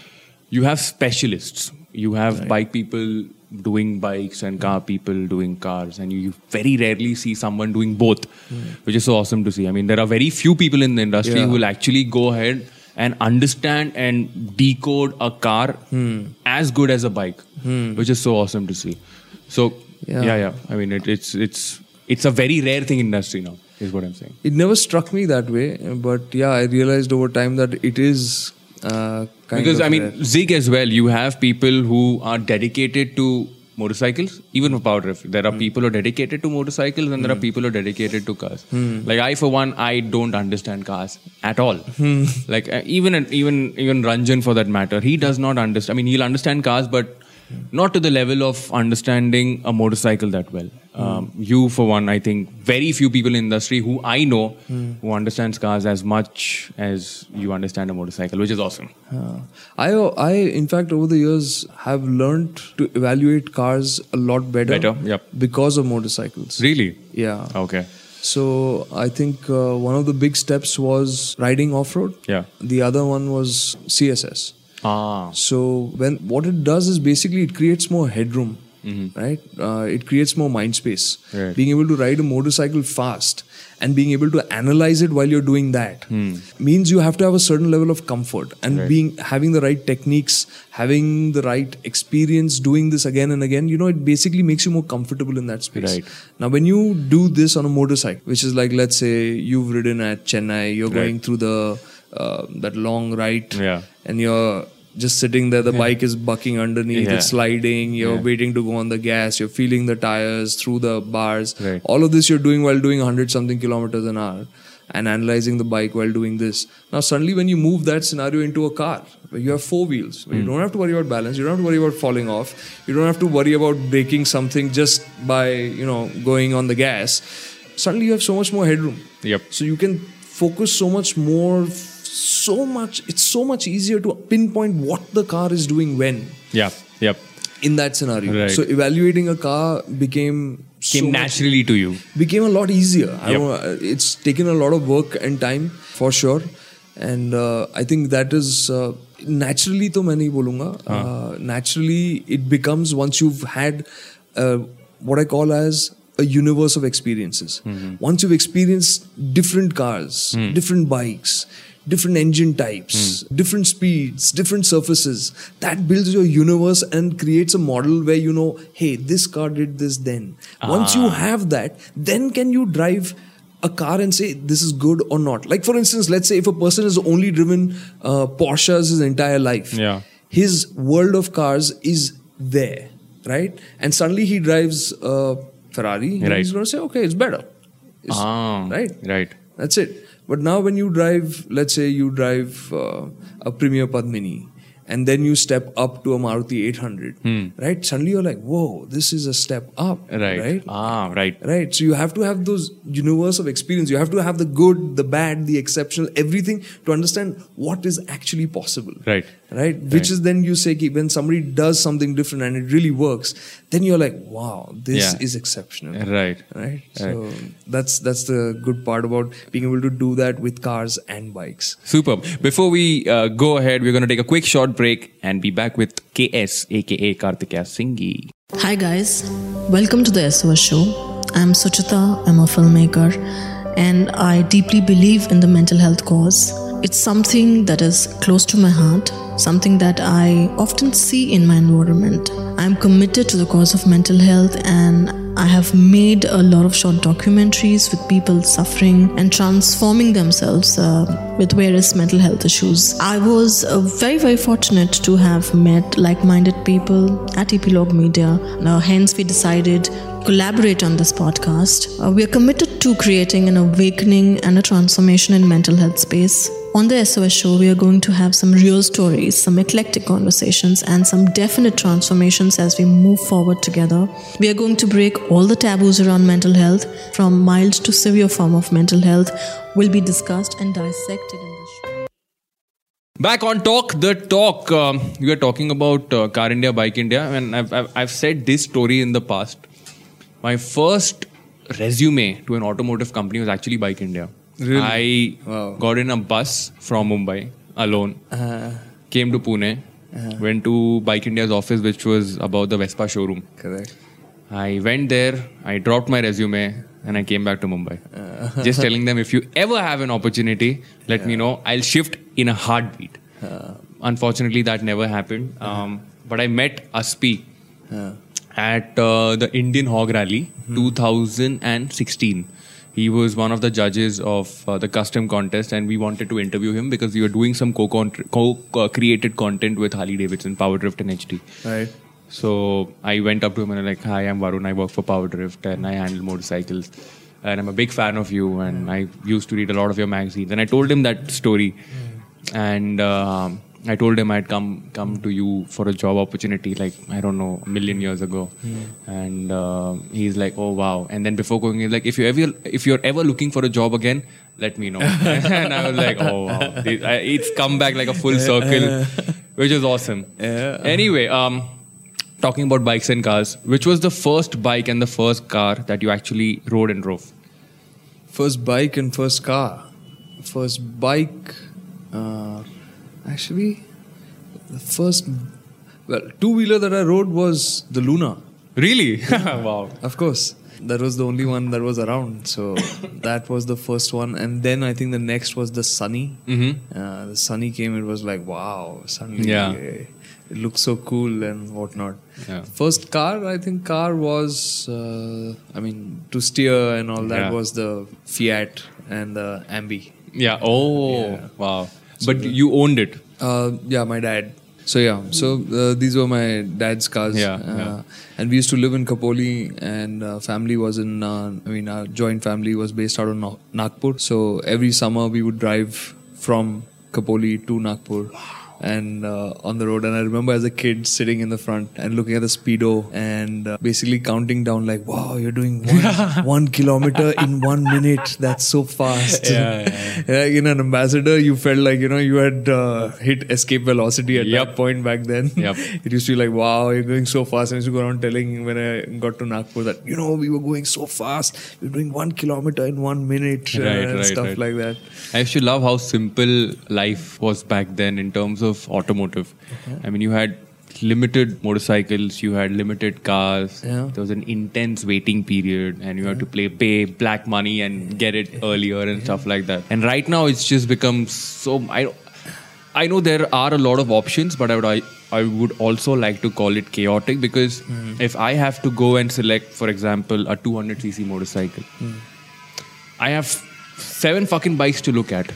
A: you have specialists. You have bike people doing bikes and car people doing cars, and you, you very rarely see someone doing both, which is so awesome to see. I mean, there are very few people in the industry who
B: Hmm. Yeah.
A: will actually go ahead and understand and decode a car
B: Hmm.
A: as good as a bike, which is so awesome to see. So yeah,
B: Yeah.
A: yeah. I mean, it, it's it's it's a very rare thing in industry now. Is what I'm saying.
B: It never struck me that way, but yeah, I realized over time that it is uh, kind
A: because
B: of
A: I mean,
B: rare.
A: Zig as well. You have people who are dedicated to motorcycles, even for power drift. There are
B: Hmm.
A: people who are dedicated to motorcycles, and there are people who are dedicated to cars.
B: Hmm.
A: Like I, for one, I don't understand cars at all.
B: Hmm.
A: Like uh, even even even Ranjan, for that matter, he does not understand. I mean, he'll understand cars, but not to the level of understanding a motorcycle that well.
B: Hmm.
A: Um, you, for one, I think very few people in the industry who I know
B: Hmm.
A: who understands cars as much as you understand a motorcycle, which is awesome.
B: Uh, I, I, in fact, over the years have learned to evaluate cars a lot better.
A: Better, yep. Oh.
B: Because of motorcycles.
A: Really?
B: Yeah.
A: Okay.
B: So I think uh, one of the big steps was riding off road.
A: Yeah.
B: The other one was CSS.
A: Ah.
B: So when what it does is basically it creates more headroom, right? Uh, it creates more mind space.
A: Mm-hmm. Right.
B: Being able to ride a motorcycle fast and being able to analyze it while you're doing that
A: Hmm.
B: means you have to have a certain level of comfort and being having the right techniques, having the right experience doing this again and again. You know, it basically makes you more comfortable in that space.
A: Right.
B: Now, when you do this on a motorcycle, which is like let's say you've ridden at Chennai, you're going through the uh, that long right
A: Yeah.
B: and you're just sitting there the bike is bucking underneath
A: Yeah.
B: it's sliding you're
A: Yeah.
B: waiting to go on the gas you're feeling the tires through the bars
A: Right.
B: all of this you're doing while doing 100 something kilometers an hour and analyzing the bike while doing this now suddenly when you move that scenario into a car where you have four wheels where you
A: Hmm.
B: don't have to worry about balance you don't have to worry about falling off you don't have to worry about breaking something just by you know going on the gas suddenly you have so much more headroom
A: Yep.
B: so you can focus so much more, f- so much, it's so much easier to pinpoint what the car is doing when
A: Yeah. Yep.
B: in that scenario.
A: Right.
B: So evaluating a car became so
A: Came
B: much-
A: naturally to you.
B: became a lot easier. I
A: Yep.
B: don't, it's taken a lot of work and time for sure, and uh, I think that is uh, naturally. तो मैं नहीं बोलूँगा. Uh, naturally, it becomes once you've had uh, what I call as a universe of experiences. Once you've experienced different cars, different bikes. Different engine types,
A: Hmm.
B: different speeds, different surfaces. That builds your universe and creates a model where you know, hey, this car did this then. Once you
A: Ah.
B: have that, then can you drive a car and say this is good or not? Like for instance, let's say if a person has only driven uh, Porsches his entire life,
A: Yeah.
B: his world of cars is there, right? And suddenly he drives a Ferrari, and
A: Right.
B: he's going to say, okay, it's better, It's-
A: Ah.
B: right?
A: Right.
B: That's it. But now, when you drive, let's say you drive uh, a Premier Padmini, and then you step up to a Maruti 800, right? Suddenly you're like, whoa, this is a step up,
A: Hmm. Right. Ah. Right.
B: Right. So you have to have those universe of experience. You have to have the good, the bad, the exceptional, everything to understand what is actually possible.
A: Right.
B: Right. Which is then you say ki, when somebody does something different and it really works, then you're like, wow, this
A: Yeah.
B: is exceptional
A: Right.
B: right so that's that's the good part about being able to do that with cars and bikes
A: Superb. Before we uh, go ahead, we're going to take a quick short break and be back with KS, aka Karthika Singhi.
C: Hi guys, welcome to the SOS show. I'm Suchita, I'm a filmmaker, and I deeply believe in the mental health cause. It's something that is close to my heart, something that I often see in my environment. I'm committed to the cause of mental health and I have made a lot of short documentaries with people suffering and transforming themselves uh, with various mental health issues. I was uh, very, very fortunate to have met like minded people at Epilogue Media. Now, hence, we decided to collaborate on this podcast. Uh, we are committed to creating an awakening and a transformation in mental health space. On the SOS show, we are going to have some real stories, some eclectic conversations, and some definite transformations as we move forward together. We are going to break all the taboos around mental health, from mild to severe form of mental health, will be discussed and dissected in the show.
A: Back on Talk the Talk, um, we are talking about uh, Car India, Bike India, and I've, I've, I've said this story in the past. My first resume to an automotive company was actually Bike India.
B: Really?
A: I
B: Wow. Uh-huh.
A: got in a bus from Mumbai alone, came to Pune, Went to Bike India's office, which was about the Vespa showroom.
B: Correct.
A: I went there, I dropped my resume, and I came back to Mumbai. Just telling them if you ever have an opportunity, let me know. I'll shift in a heartbeat. Unfortunately, that never happened. Um, but I met Aspi at uh, the Indian Hog Rally 2016. He was one of the judges of uh, the custom contest, and we wanted to interview him because we were doing some co-contr- co-created content with Harley Davidson, Powerdrift, and HD.
B: Right.
A: So I went up to him and I'm like, "Hi, I'm Varun. I work for Powerdrift and I handle motorcycles, Uh, and I'm a big fan of you. And I used to read a lot of your magazines." And I told him that story, and um I told him I'd come come to you for a job opportunity, like I don't know, a million years ago. And uh, he's like, "Oh wow!" And then before going, he's like, "If you ever if you're ever looking for a job again, let me know." and I was like, "Oh wow!" It- I- It's come back like a full circle, which is awesome.
B: Yeah.
A: Anyway, um, talking about bikes and cars, which was the first bike and the first car that you actually rode and drove?
B: First bike and first car. First bike, uh, actually, the first well two wheeler that I rode was the Luna.
A: Really? wow.
B: Of course, that was the only one that was around. So that was the first one, and then I think the next was the Sunny. Mm-hmm. Uh, the Sunny came. It was like wow, suddenly
A: Yeah.
B: eh, it looks so cool and whatnot.
A: Yeah.
B: First car, I think car was, uh, I mean, to steer and all that
A: Yeah.
B: was the Fiat and the Ambi.
A: Yeah. Oh, wow. But you owned it.
B: Uh, yeah, my dad. So yeah, so uh, these were my dad's cars.
A: Yeah,
B: uh,
A: yeah.
B: And we used to live in Kapoli, and uh, family was in. Uh, I mean, our joint family was based out of Na- Nagpur. So every summer we would drive from Kapoli to Nagpur. And uh, on the road, and I remember as a kid sitting in the front and looking at the speedo and uh, basically counting down like, "Wow, you're doing one, one kilometer in one minute. That's so fast."
A: Yeah, yeah.
B: Yeah, in an ambassador, you felt like you know you had uh, hit escape velocity at
A: Yep.
B: that point back then.
A: Yep.
B: it used to be like, wow, you're going so fast. I used to go around telling when I got to Nagpur that you know we were going so fast, we were doing one kilometer in one minute uh,
A: Right,
B: and
A: right,
B: stuff
A: right.
B: like that.
A: I actually love how simple life was back then in terms of automotive. I mean, you had limited motorcycles, you had limited cars.
B: Yeah.
A: There was an intense waiting period, and you had to play pay black money and get it earlier and stuff like that. And right now, it's just become so. I don't- I know there are a lot of options, but I would I, I would also like to call it chaotic because if I have to go and select, for example, a 200cc motorcycle, I have seven fucking bikes to look at.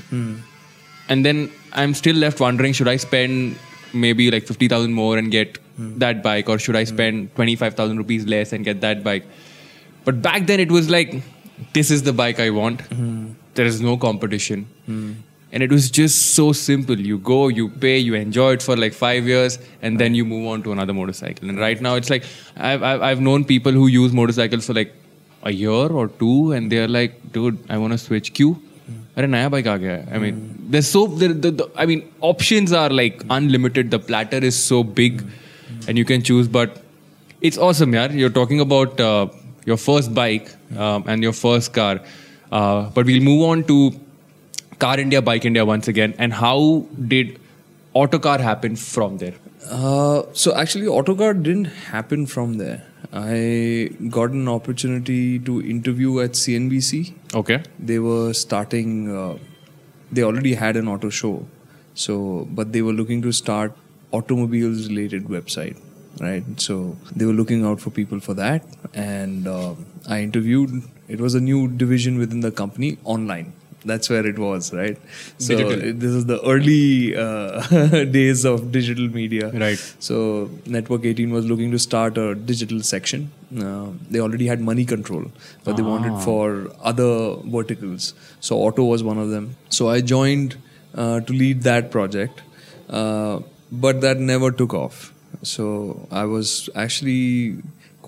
A: And then I'm still left wondering should I spend maybe like 50,000 more and get that bike, or should I spend 25,000 rupees less and get that bike? But back then it was like, this is the bike I want. There is no competition. And it was just so simple. You go, you pay, you enjoy it for like five years, and then you move on to another motorcycle. And right now, it's like I've, I've, I've known people who use motorcycles for like a year or two and they're like dude i want to switch q अरे नया bike आ गया है I mean there so I mean options are like unlimited the platter is so big and you can choose but it's awesome यार you are talking about your first bike and your first car but we'll move on to car india bike india once again and how did autocar happen from there
B: Uh, so actually, AutoCard didn't happen from there. I got an opportunity to interview at CNBC.
A: okay
B: they were starting uh, they already had an auto show so but they were looking to start automobiles related website right so they were looking out for people for that and um i interviewed it was a new division within the company online that's where it was right so
A: Digital.
B: it- this is the early uh, days of digital media
A: Right.
B: so Network 18 was looking to start a digital section. Uh, they already had money control, but they wanted
A: Ah.
B: for other verticals. So auto was one of them. So I joined uh, to lead that project, uh, but that never took off. So I was actually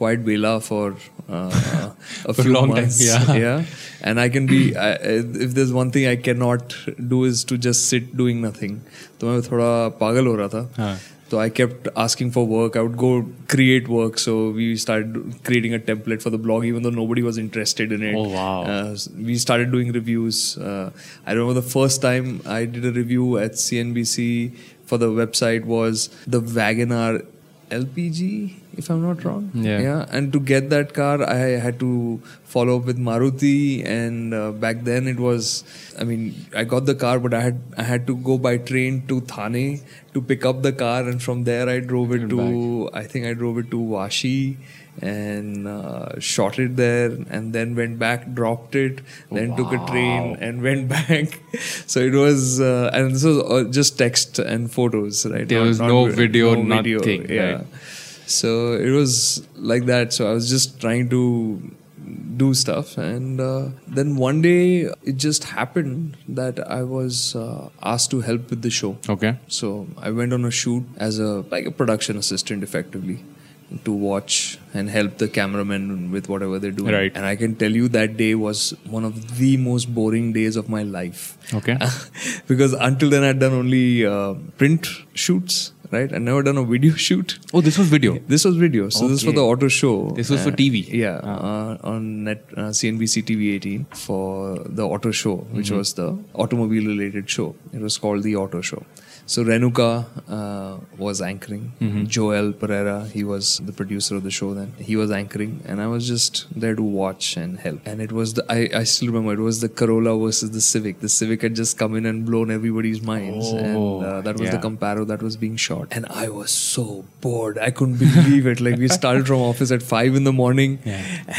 B: quite bela for uh, a
A: For a
B: few
A: long time,
B: months.
A: yeah.
B: yeah, and I can be. I, I- if there's one thing I cannot do is to just sit doing nothing. तो मैं थोड़ा पागल हो रहा था.
A: हाँ.
B: So I kept asking for work. I would go create work. So we started creating a template for the blog, even though nobody was interested in it.
A: Oh, wow.
B: Uh, we started doing reviews. Uh, I remember the first time I did a review at CNBC for the website was the Wagoner LPG, if I'm not wrong.
A: Yeah.
B: yeah. And to get that car, I had to follow up with Maruti, and uh, back then it was, I mean, I got the car, but I had I had to go by train to Thane to pick up the car, and from there I drove it
A: And
B: to, I think I drove it to Washi and uh, shot it there and then went back dropped it then took a train and went back so it was uh, and this was all just text and photos right
A: There was no video, nothing,
B: yeah.
A: right.
B: So it was like that. So I was just trying to do stuff, and uh, then one day it just happened that I was uh, asked to help with the show.
A: Okay.
B: So I went on a shoot as a like a production assistant, effectively, to watch and help the cameramen with whatever they're doing.
A: Right.
B: And I can tell you that day was one of the most boring days of my life.
A: Okay.
B: because until then I'd done only uh, print shoots, right? I never done a video shoot.
A: Oh, this was video.
B: This was video. So this is for
A: Okay.
B: the auto show.
A: This was for TV.
B: Yeah, uh, on net uh, CNBC TV 18 for the auto show, which
A: Mm-hmm.
B: was the automobile related show. It was called the auto show. So Renuka uh, was anchoring.
A: Mm-hmm.
B: Joel Pereira, he was the producer of the show then. He was anchoring, and I was just there to watch and help. And it was the I, I still remember it was the Corolla versus the Civic. The Civic had just come in and blown everybody's minds, and uh, that was the
A: Oh, yeah.
B: Paro that was being shot. And I was so bored. I couldn't believe it. Like we started from office at five in the morning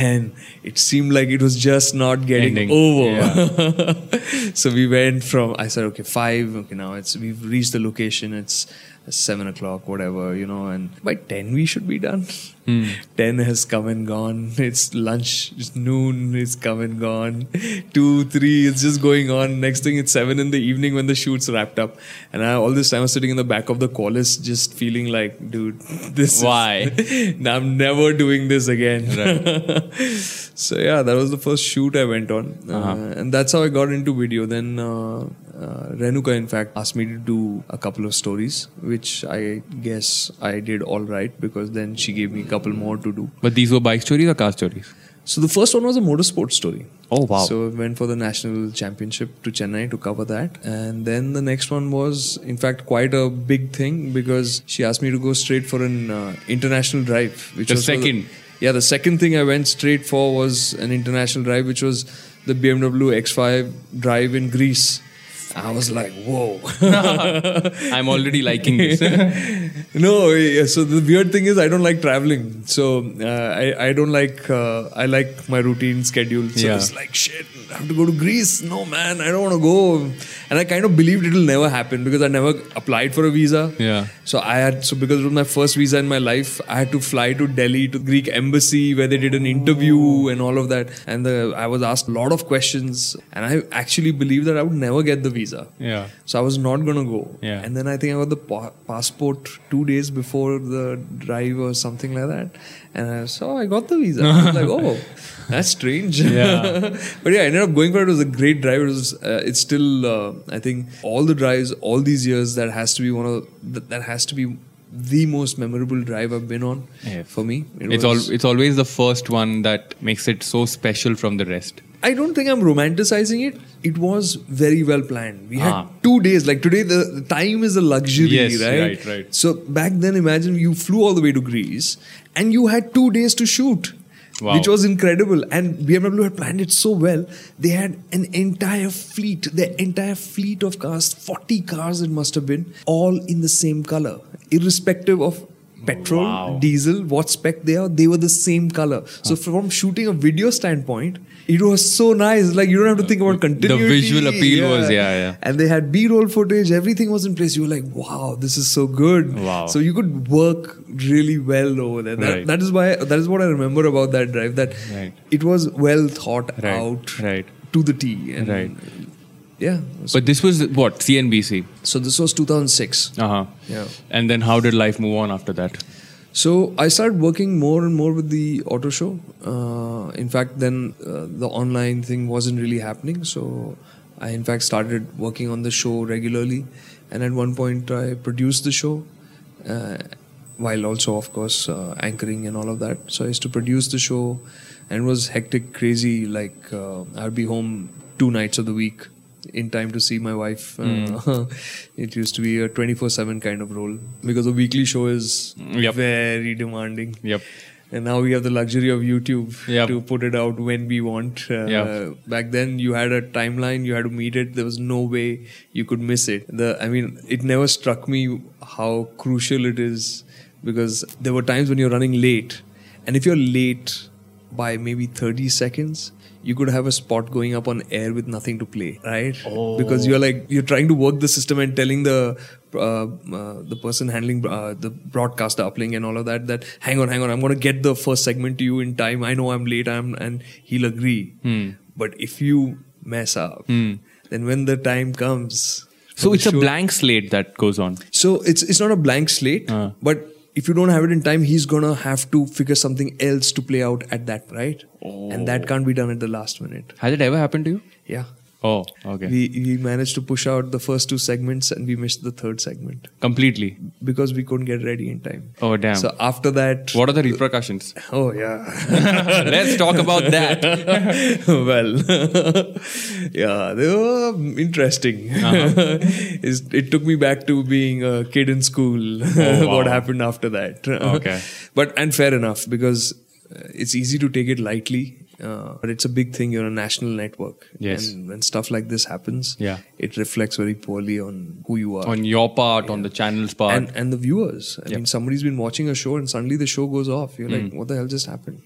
B: and it seemed like it was just not getting
A: Ending.
B: over. so we went from I said, okay, five, okay now it's we've reached the location, it's seven o'clock, whatever, you know, and by ten we should be done. Ten has come and gone. It's lunch, it's noon, it's come and gone. Two, three, it's just going on. Next thing it's seven in the evening when the shoot's wrapped up. And I all this time I was sitting in the back of the collis just feeling like, dude, this is-
A: Why?
B: I'm never doing this again. so yeah, that was the first shoot I went on, Uh, and that's how I got into video. Then uh, uh, Renuka, in fact, asked me to do a couple of stories, which I guess I did all right because then she gave me a couple more to do.
A: But these were bike stories or car stories?
B: So the first one was a motorsport story.
A: Oh, wow.
B: So I went for the national championship to Chennai to cover that, and then the next one was, in fact, quite a big thing because she asked me to go straight for an uh, international drive, which
A: The
B: was for
A: second.
B: yeah, the second thing I went straight for was an international drive, which was the BMW X5 drive in Greece. I was like, whoa.
A: I'm already liking this.
B: no, yeah, so the weird thing is I don't like traveling. So uh, I I don't like uh, I like my routine schedule. So
A: Yeah.
B: it's like shit. I have to go to Greece. No man, I don't want to go. And I kind of believed it'll never happen because I never applied for a visa.
A: Yeah.
B: So I had so because it was my first visa in my life, I had to fly to Delhi to Greek embassy where they did an
A: Oh.
B: interview and all of that. And the, I was asked a lot of questions, and I actually believed that I would never get the visa.
A: Yeah.
B: So I was not gonna go.
A: Yeah.
B: And then I think I got the pa- passport two days before the drive or something like that, and I, so I got the visa. I was like, oh, that's strange.
A: Yeah.
B: but yeah, I ended up going for it. It was a great drive. It was. Uh, it's still. Uh, I think all the drives, all these years, that has to be one of that, that has to be the most memorable drive I've been on
A: Yeah.
B: for me. It
A: it's,
B: was-
A: al- it's always the first one that makes it so special from the rest.
B: I don't think I'm romanticizing it. It was very well planned. We had
A: Ah.
B: two days. Like today, the, the time is a luxury,
A: Yes,
B: right?
A: right, right.
B: So back then, imagine you flew all the way to Greece, and you had two days to shoot,
A: Wow.
B: which was incredible. And BMW had planned it so well. They had an entire fleet, their entire fleet of cars, forty cars it must have been, all in the same color, irrespective of petrol,
A: Wow.
B: diesel, what spec they are, they were the same color. So from shooting a video standpoint, it was so nice. Like you don't have to think about continuity.
A: visual appeal was- yeah, yeah.
B: And they had B-roll footage. Everything was in place. You were like, wow, this is so good.
A: Wow.
B: So you could work really well over there. That,
A: Right.
B: that is why that is what I remember about that drive. That
A: Right.
B: it was well thought
A: Right,
B: out
A: right.
B: to the T. And
A: Right.
B: Yeah.
A: But this was what? CNBC.
B: So this was 2006.
A: Uh huh.
B: Yeah.
A: And then how did life move on after that?
B: So I started working more and more with the auto show. Uh, in fact, then uh, the online thing wasn't really happening. So I, in fact, started working on the show regularly. And at one point, I produced the show, uh, while also, of course, uh, anchoring and all of that. So I used to produce the show, and it was hectic, crazy. Like uh, I'd be home two nights of the week in time to see my wife. Uh, it used to be a 24 7 kind of role because a weekly show is
A: Yep.
B: very demanding.
A: Yep.
B: And now we have the luxury of YouTube
A: Yep.
B: to put it out when we want. Uh,
A: Yep.
B: Back then, you had a timeline, you had to meet it. There was no way you could miss it. The, I mean, it never struck me how crucial it is because there were times when you're running late, and if you're late by maybe 30 seconds. You could have a spot going up on air with nothing to play, right? Because you're like you're trying to work the system and telling the uh, uh, the person handling uh, the broadcaster uplink and all of that that hang on, hang on, I'm going to get the first segment to you in time. I know I'm late, I'm and he'll agree. But if you mess up, then when the time comes,
A: Hmm. So it's a blank slate that goes on.
B: so it's it's not a blank slate,
A: Ah.
B: but if you don't have it in time, he's gonna have to figure something else to play out at that right, and
A: Oh.
B: that can't be done at the last minute.
A: Has it ever happened to you?
B: Yeah,
A: Oh, okay.
B: we we managed to push out the first two segments and we missed the third segment
A: Completely.
B: because we couldn't get ready in time.
A: Oh, damn.
B: So after that,
A: What are the repercussions?
B: oh yeah.
A: Let's talk about that.
B: well, yeah, they were interesting.
A: Uh-huh.
B: It's- it took me back to being a kid in school. what happened after that?
A: Oh, Okay.
B: but and fair enough because uh, it's easy to take it lightly. Uh, but it's a big thing. You're a national network.
A: Yes.
B: And when stuff like this happens,
A: Yeah.
B: it reflects very poorly on who you are.
A: On your part, on the channel's part.
B: and, and the viewers. I mean, somebody's been watching a show and suddenly the show goes off. You're
A: Hmm.
B: like, what the hell just happened?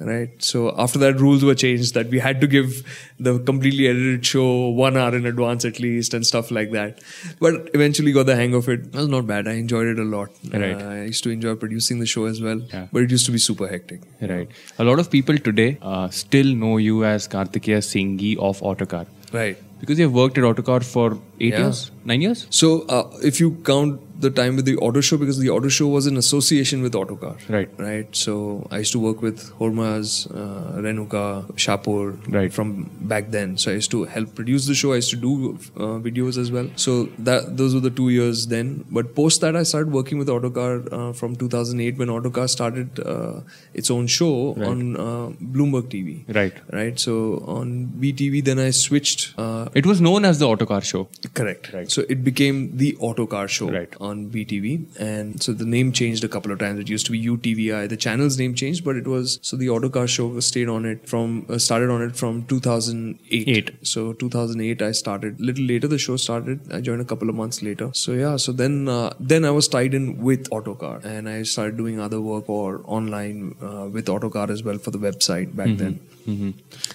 B: Right? So, after that, rules were changed that we had to give the completely edited show one hour in advance at least and stuff like that. But eventually got the hang of it. It was not bad. I enjoyed it a lot.
A: Right.
B: Uh, I used to enjoy producing the show as well.
A: Yeah.
B: But it used to be super hectic.
A: right. A lot of people today uh, still know you as Kartikeya Singhi of Autocar.
B: Right.
A: Because you've worked at Autocar for eight
B: Yeah.
A: years? Nine years?
B: So, uh, if you count the time with the auto show, because the auto show was in association with Autocar.
A: Right.
B: Right. So, I used to work with Hormaz, uh, Renuka, Shapur
A: Right.
B: from back then. So, I used to help produce the show. I used to do uh, videos as well. So, that those were the two years then. But post that, I started working with Autocar uh, from 2008 when Autocar started uh, its own show on uh, Bloomberg TV.
A: Right.
B: Right. So, on BTV, then I switched. Uh,
A: It was known as the Autocar show.
B: Correct. Right. So it became the Auto Car Show
A: Right.
B: on BTV, and so the name changed a couple of times. It used to be UTVI. The channel's name changed, but it was so the Auto Car Show was stayed on it from uh, started on it from 2008.
A: Eight.
B: So 2008, I started. Little later, the show started. I joined a couple of months later. So yeah. So then, uh, then I was tied in with AutoCar, and I started doing other work or online uh, with AutoCar as well for the website back
A: Mm-hmm.
B: then.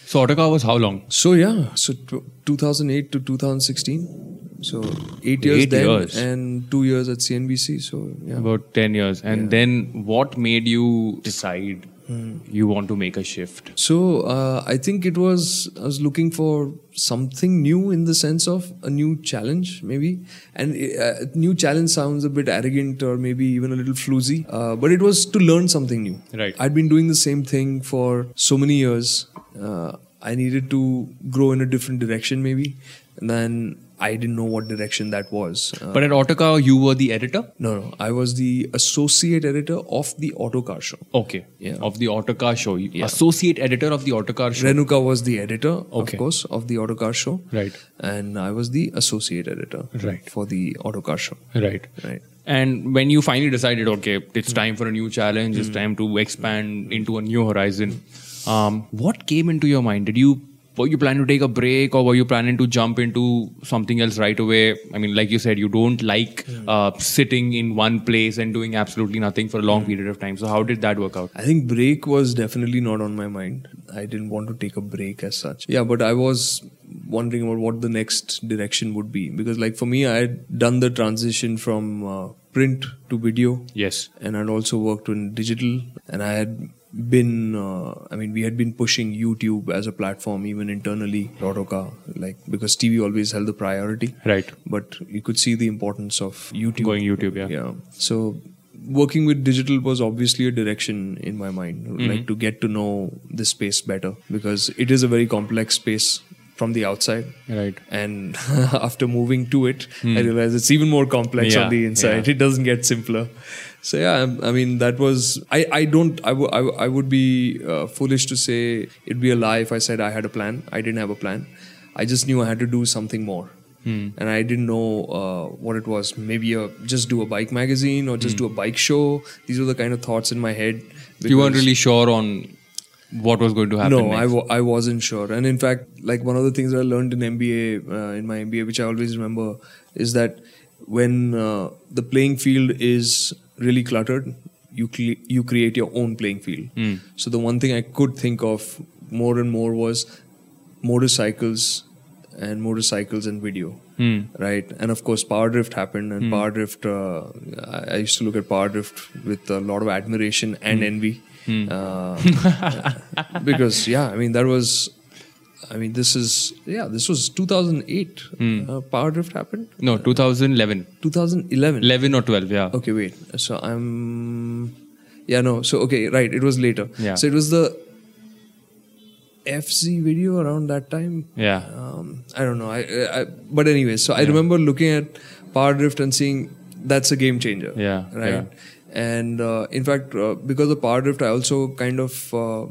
A: So Autocar was how long?
B: So yeah, so tw 2008 to 2016, so eight years
A: Eight
B: then
A: years.
B: and two years at CNBC. So yeah,
A: About 10 years. And then what made you decide you want to make a shift?
B: so uh, I think it was I was looking for something new in the sense of a new challenge maybe, and uh, new challenge sounds a bit arrogant or maybe even a little floozy, uh, but it was to learn something new.
A: Right.
B: I'd been doing the same thing for so many years. Uh, I needed to grow in a different direction maybe, and then. I didn't know what direction that was. Uh,
A: But at Autocar, you were the editor?
B: No, no. I was the associate editor of the Auto Car Show.
A: Okay.
B: Yeah.
A: Of the Autocar show. You- Associate editor of the Autocar show.
B: Renuka was the editor,
A: Okay.
B: of course, of the Auto Car Show.
A: Right.
B: And I was the associate editor
A: Right.
B: for the Auto Car Show.
A: right.
B: Right.
A: And when you finally decided, okay, it's time for a new challenge,
B: Hmm.
A: it's time to expand into a new horizon, um, what came into your mind? Did you were you planning to take a break, or were you planning to jump into something else right away? I mean, like you said, you don't like
B: Hmm.
A: uh, sitting in one place and doing absolutely nothing for a
B: Hmm.
A: long period of time. So how did that work out?
B: I think break was definitely not on my mind. I didn't want to take a break as such. Yeah, but I was wondering about what the next direction would be because, like, for me, I had done the transition from uh, print to video.
A: Yes.
B: and I'd also worked in digital, and I had been, uh, I mean, we had been pushing YouTube as a platform even internally, Rotoka, like because TV always held the priority,
A: Right.
B: But you could see the importance of YouTube
A: Going YouTube, yeah.
B: yeah. So working with digital was obviously a direction in my mind,
A: Mm-hmm.
B: like to get to know this space better because it is a very complex space from the outside.
A: Right. Hmm.
B: And after moving to it, I realized it's even more complex
A: Yeah,
B: on the inside.
A: yeah.
B: It doesn't get simpler. So yeah, I'm- I mean that was I. I don't. I wou- I wou- I would be uh, foolish to say it'd be a lie if I said I had a plan. I didn't have a plan. I just knew I had to do something more.
A: Hmm.
B: And I didn't know uh, what it was. Maybe a, just do a bike magazine or just do a bike show. These were the kind of thoughts in my head.
A: Hmm. you weren't
B: because-
A: really sure on what was going to happen.
B: no,
A: next.
B: I, wa- I wasn't sure. And in fact, like one of the things that I learned in MBA, uh, in my MBA, which I always remember, is that when uh, the playing field is really cluttered, you cle you create your own playing field.
A: Hmm.
B: So the one thing I could think of more and more was motorcycles and motorcycles and video right and of course power drift happened and power drift uh, I- i used to look at power drift with a lot of admiration and envy Uh, because yeah i mean that was i mean this is yeah this was 2008 uh, power drift happened
A: no, 2011,
B: 2011
A: 11 or 12. Yeah.
B: okay wait so i'm yeah no so okay right it was later
A: Yeah.
B: so it was the fz video around that time
A: Yeah.
B: um, I don't know. I, I, I but anyway, so I remember looking at Power Drift and seeing that's a game changer.
A: Yeah,
B: right. And uh, in fact, uh, because of Power Drift, I also kind of uh,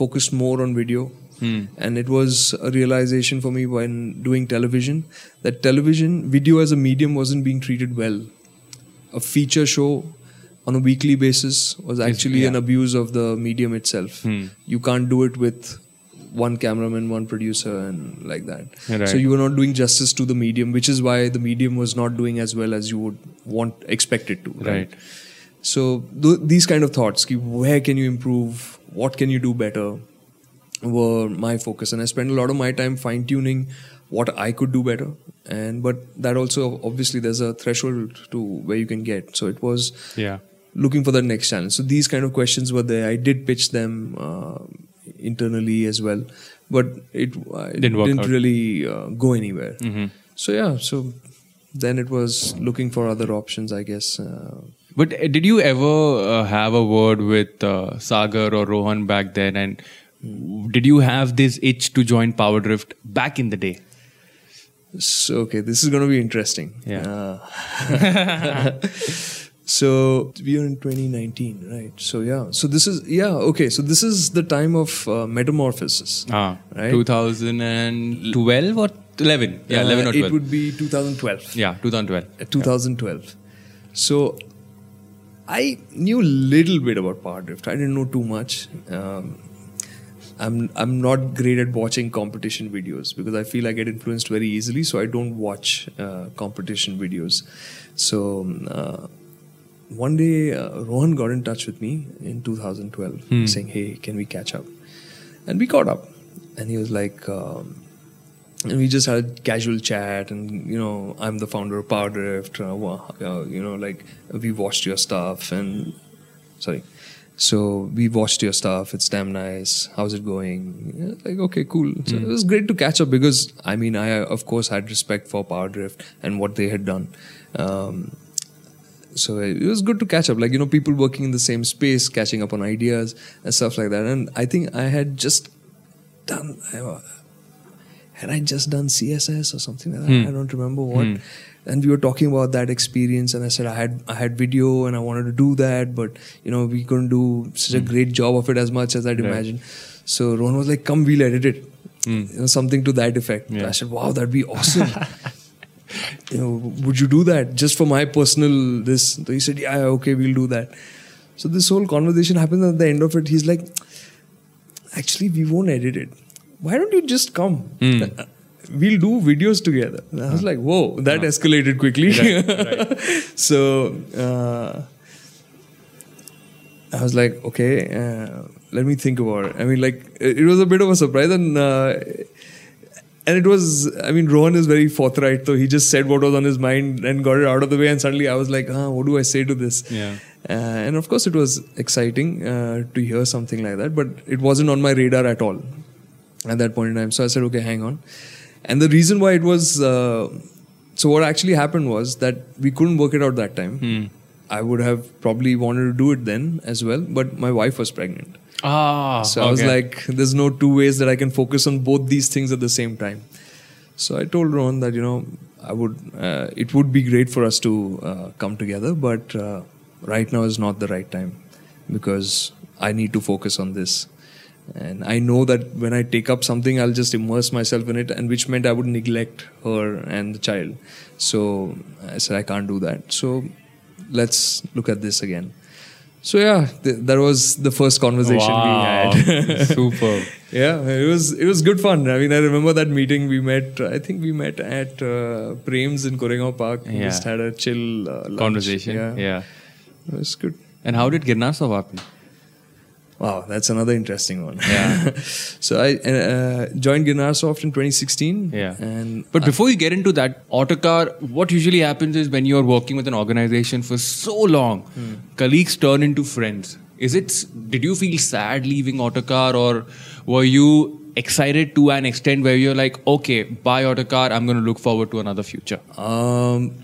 B: focused more on video.
A: Hmm.
B: And it was a realization for me when doing television that television video as a medium wasn't being treated well. A feature show on a weekly basis was actually an abuse of the medium itself.
A: Hmm.
B: You can't do it with one cameraman, one producer, and like that.
A: Right.
B: So you were not doing justice to the medium, which is why the medium was not doing as well as you would want expect it to.
A: Right.
B: So th- these kind of thoughts, ki where can you improve? What can you do better? Were my focus, and I spent a lot of my time fine tuning what I could do better. And but that also obviously there's a threshold to where you can get. So it was
A: Yeah.
B: looking for the next challenge. So these kind of questions were there. I did pitch them uh, internally as well, but it I
A: Didn't work out. Mm-hmm.
B: really uh, go anywhere. So yeah, so then it was looking for other options, I guess. Uh,
A: But uh, did you ever uh, have a word with uh, Sagar or Rohan back then? And did you have this itch to join Power Drift back in the day?
B: so okay, this is going to be interesting.
A: Yeah.
B: Uh, so we are in 2019, right? So yeah, so this is yeah okay. So this is the time of uh, metamorphosis.
A: Ah,
B: Right.
A: 2012 or 11? Yeah,
B: Uh,
A: 11 or 12.
B: It would be 2012.
A: yeah, 2012.
B: 2012. So I knew little bit about Power Drift. I didn't know too much. Um, I'm I'm not great at watching competition videos because I feel I get influenced very easily. So I don't watch uh, competition videos. So. um, Uh, one day, uh, Rohan got in touch with me in 2012, saying, "Hey, can we catch up?" And we caught up, and he was like, um, and we just had a casual chat, and you know, I'm the founder of Powerdrift, uh, wha- uh, you know, like we watched your stuff, and sorry, so we watched your stuff. It's damn nice. How's it going? Yeah, like, okay, cool. So it was great to catch up because I mean, I uh, of course had respect for Powerdrift and what they had done. Um, so it was good to catch up like you know people working in the same space catching up on ideas and stuff like that and i think i had just done I, had i just done css or something like that i don't remember what and we were talking about that experience and i said i had i had video and i wanted to do that but you know we couldn't do such a great job of it as much as i'd imagined so rohan was like come we'll edit it you know, something to that effect i said wow that'd be awesome you know, would you do that just for my personal this? So he said, yeah, okay, we'll do that. So this whole conversation happens and at the end of it. He's like, actually, we won't edit it. Why don't you just come? We'll do videos together. And I was like, whoa, that escalated quickly. so, uh, I was like, okay, uh, let me think about it. I mean, like, it it was a bit of a surprise, and uh, and it was. I mean, Rohan is very forthright, so he just said what was on his mind and got it out of the way. And suddenly, I was like, ah, what do I say to this?
A: Yeah.
B: Uh, and of course, it was exciting uh, to hear something like that, but it wasn't on my radar at all at that point in time. So I said, okay, hang on. And the reason why it was uh, so, what actually happened was that we couldn't work it out that time. I would have probably wanted to do it then as well, but my wife was pregnant.
A: Ah,
B: So I was
A: okay.
B: like, there's no two ways that I can focus on both these things at the same time. So I told Rohan that you know I would uh, it would be great for us to uh, come together, but uh, right now is not the right time because I need to focus on this. and i know that when i take up something i'll just immerse myself in it and which meant i would neglect her and the child so i said i can't do that so let's look at this again so yeah th- that was the first conversation we had
A: Super.
B: yeah it was it was good fun i mean i remember that meeting we met i think we met at uh, Prem's in Koregaon Park we
A: Yeah.
B: just had a chill uh, lunch.
A: Conversation. Yeah.
B: it was good
A: And how did Girnar Sahib happen?
B: Wow, that's another interesting one.
A: Yeah.
B: so I uh, joined Ginnar Soft in 2016.
A: Yeah.
B: And
A: But before you get into that, Autocar, what usually happens is when you're working with an organization for so long, colleagues turn into friends. Is it? Did you feel sad leaving Autocar, or were you excited to an extent where you're like, okay, buy Autocar, I'm going to look forward to another future.
B: um,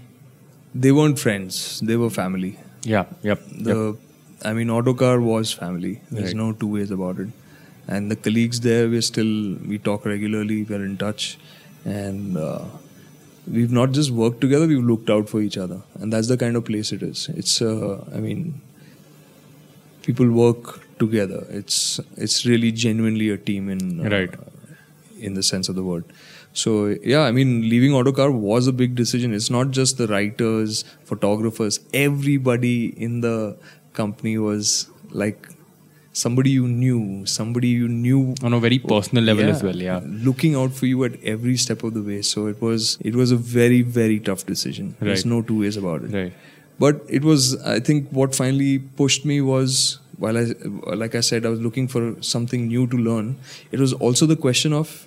B: they weren't friends; they were family.
A: Yeah. Yep.
B: The, I mean, Autocar was family. There's
A: Right.
B: no two ways about it. And the colleagues there, we're still we talk regularly. We're in touch, and uh, we've not just worked together; we've looked out for each other. And that's the kind of place it is. It's, uh, I mean, people work together. It's it's really genuinely a team in uh,
A: Right.
B: in the sense of the word. So yeah, I mean, leaving Autocar was a big decision. It's not just the writers, photographers, everybody in the company was like somebody you knew, somebody you knew
A: On a very personal level as well. Yeah.
B: looking out for you at every step of the way. So it was it was a very very tough decision. There's
A: Right.
B: no two ways about it.
A: Right.
B: But it was I think what finally pushed me was while I like I said I was looking for something new to learn. It was also the question of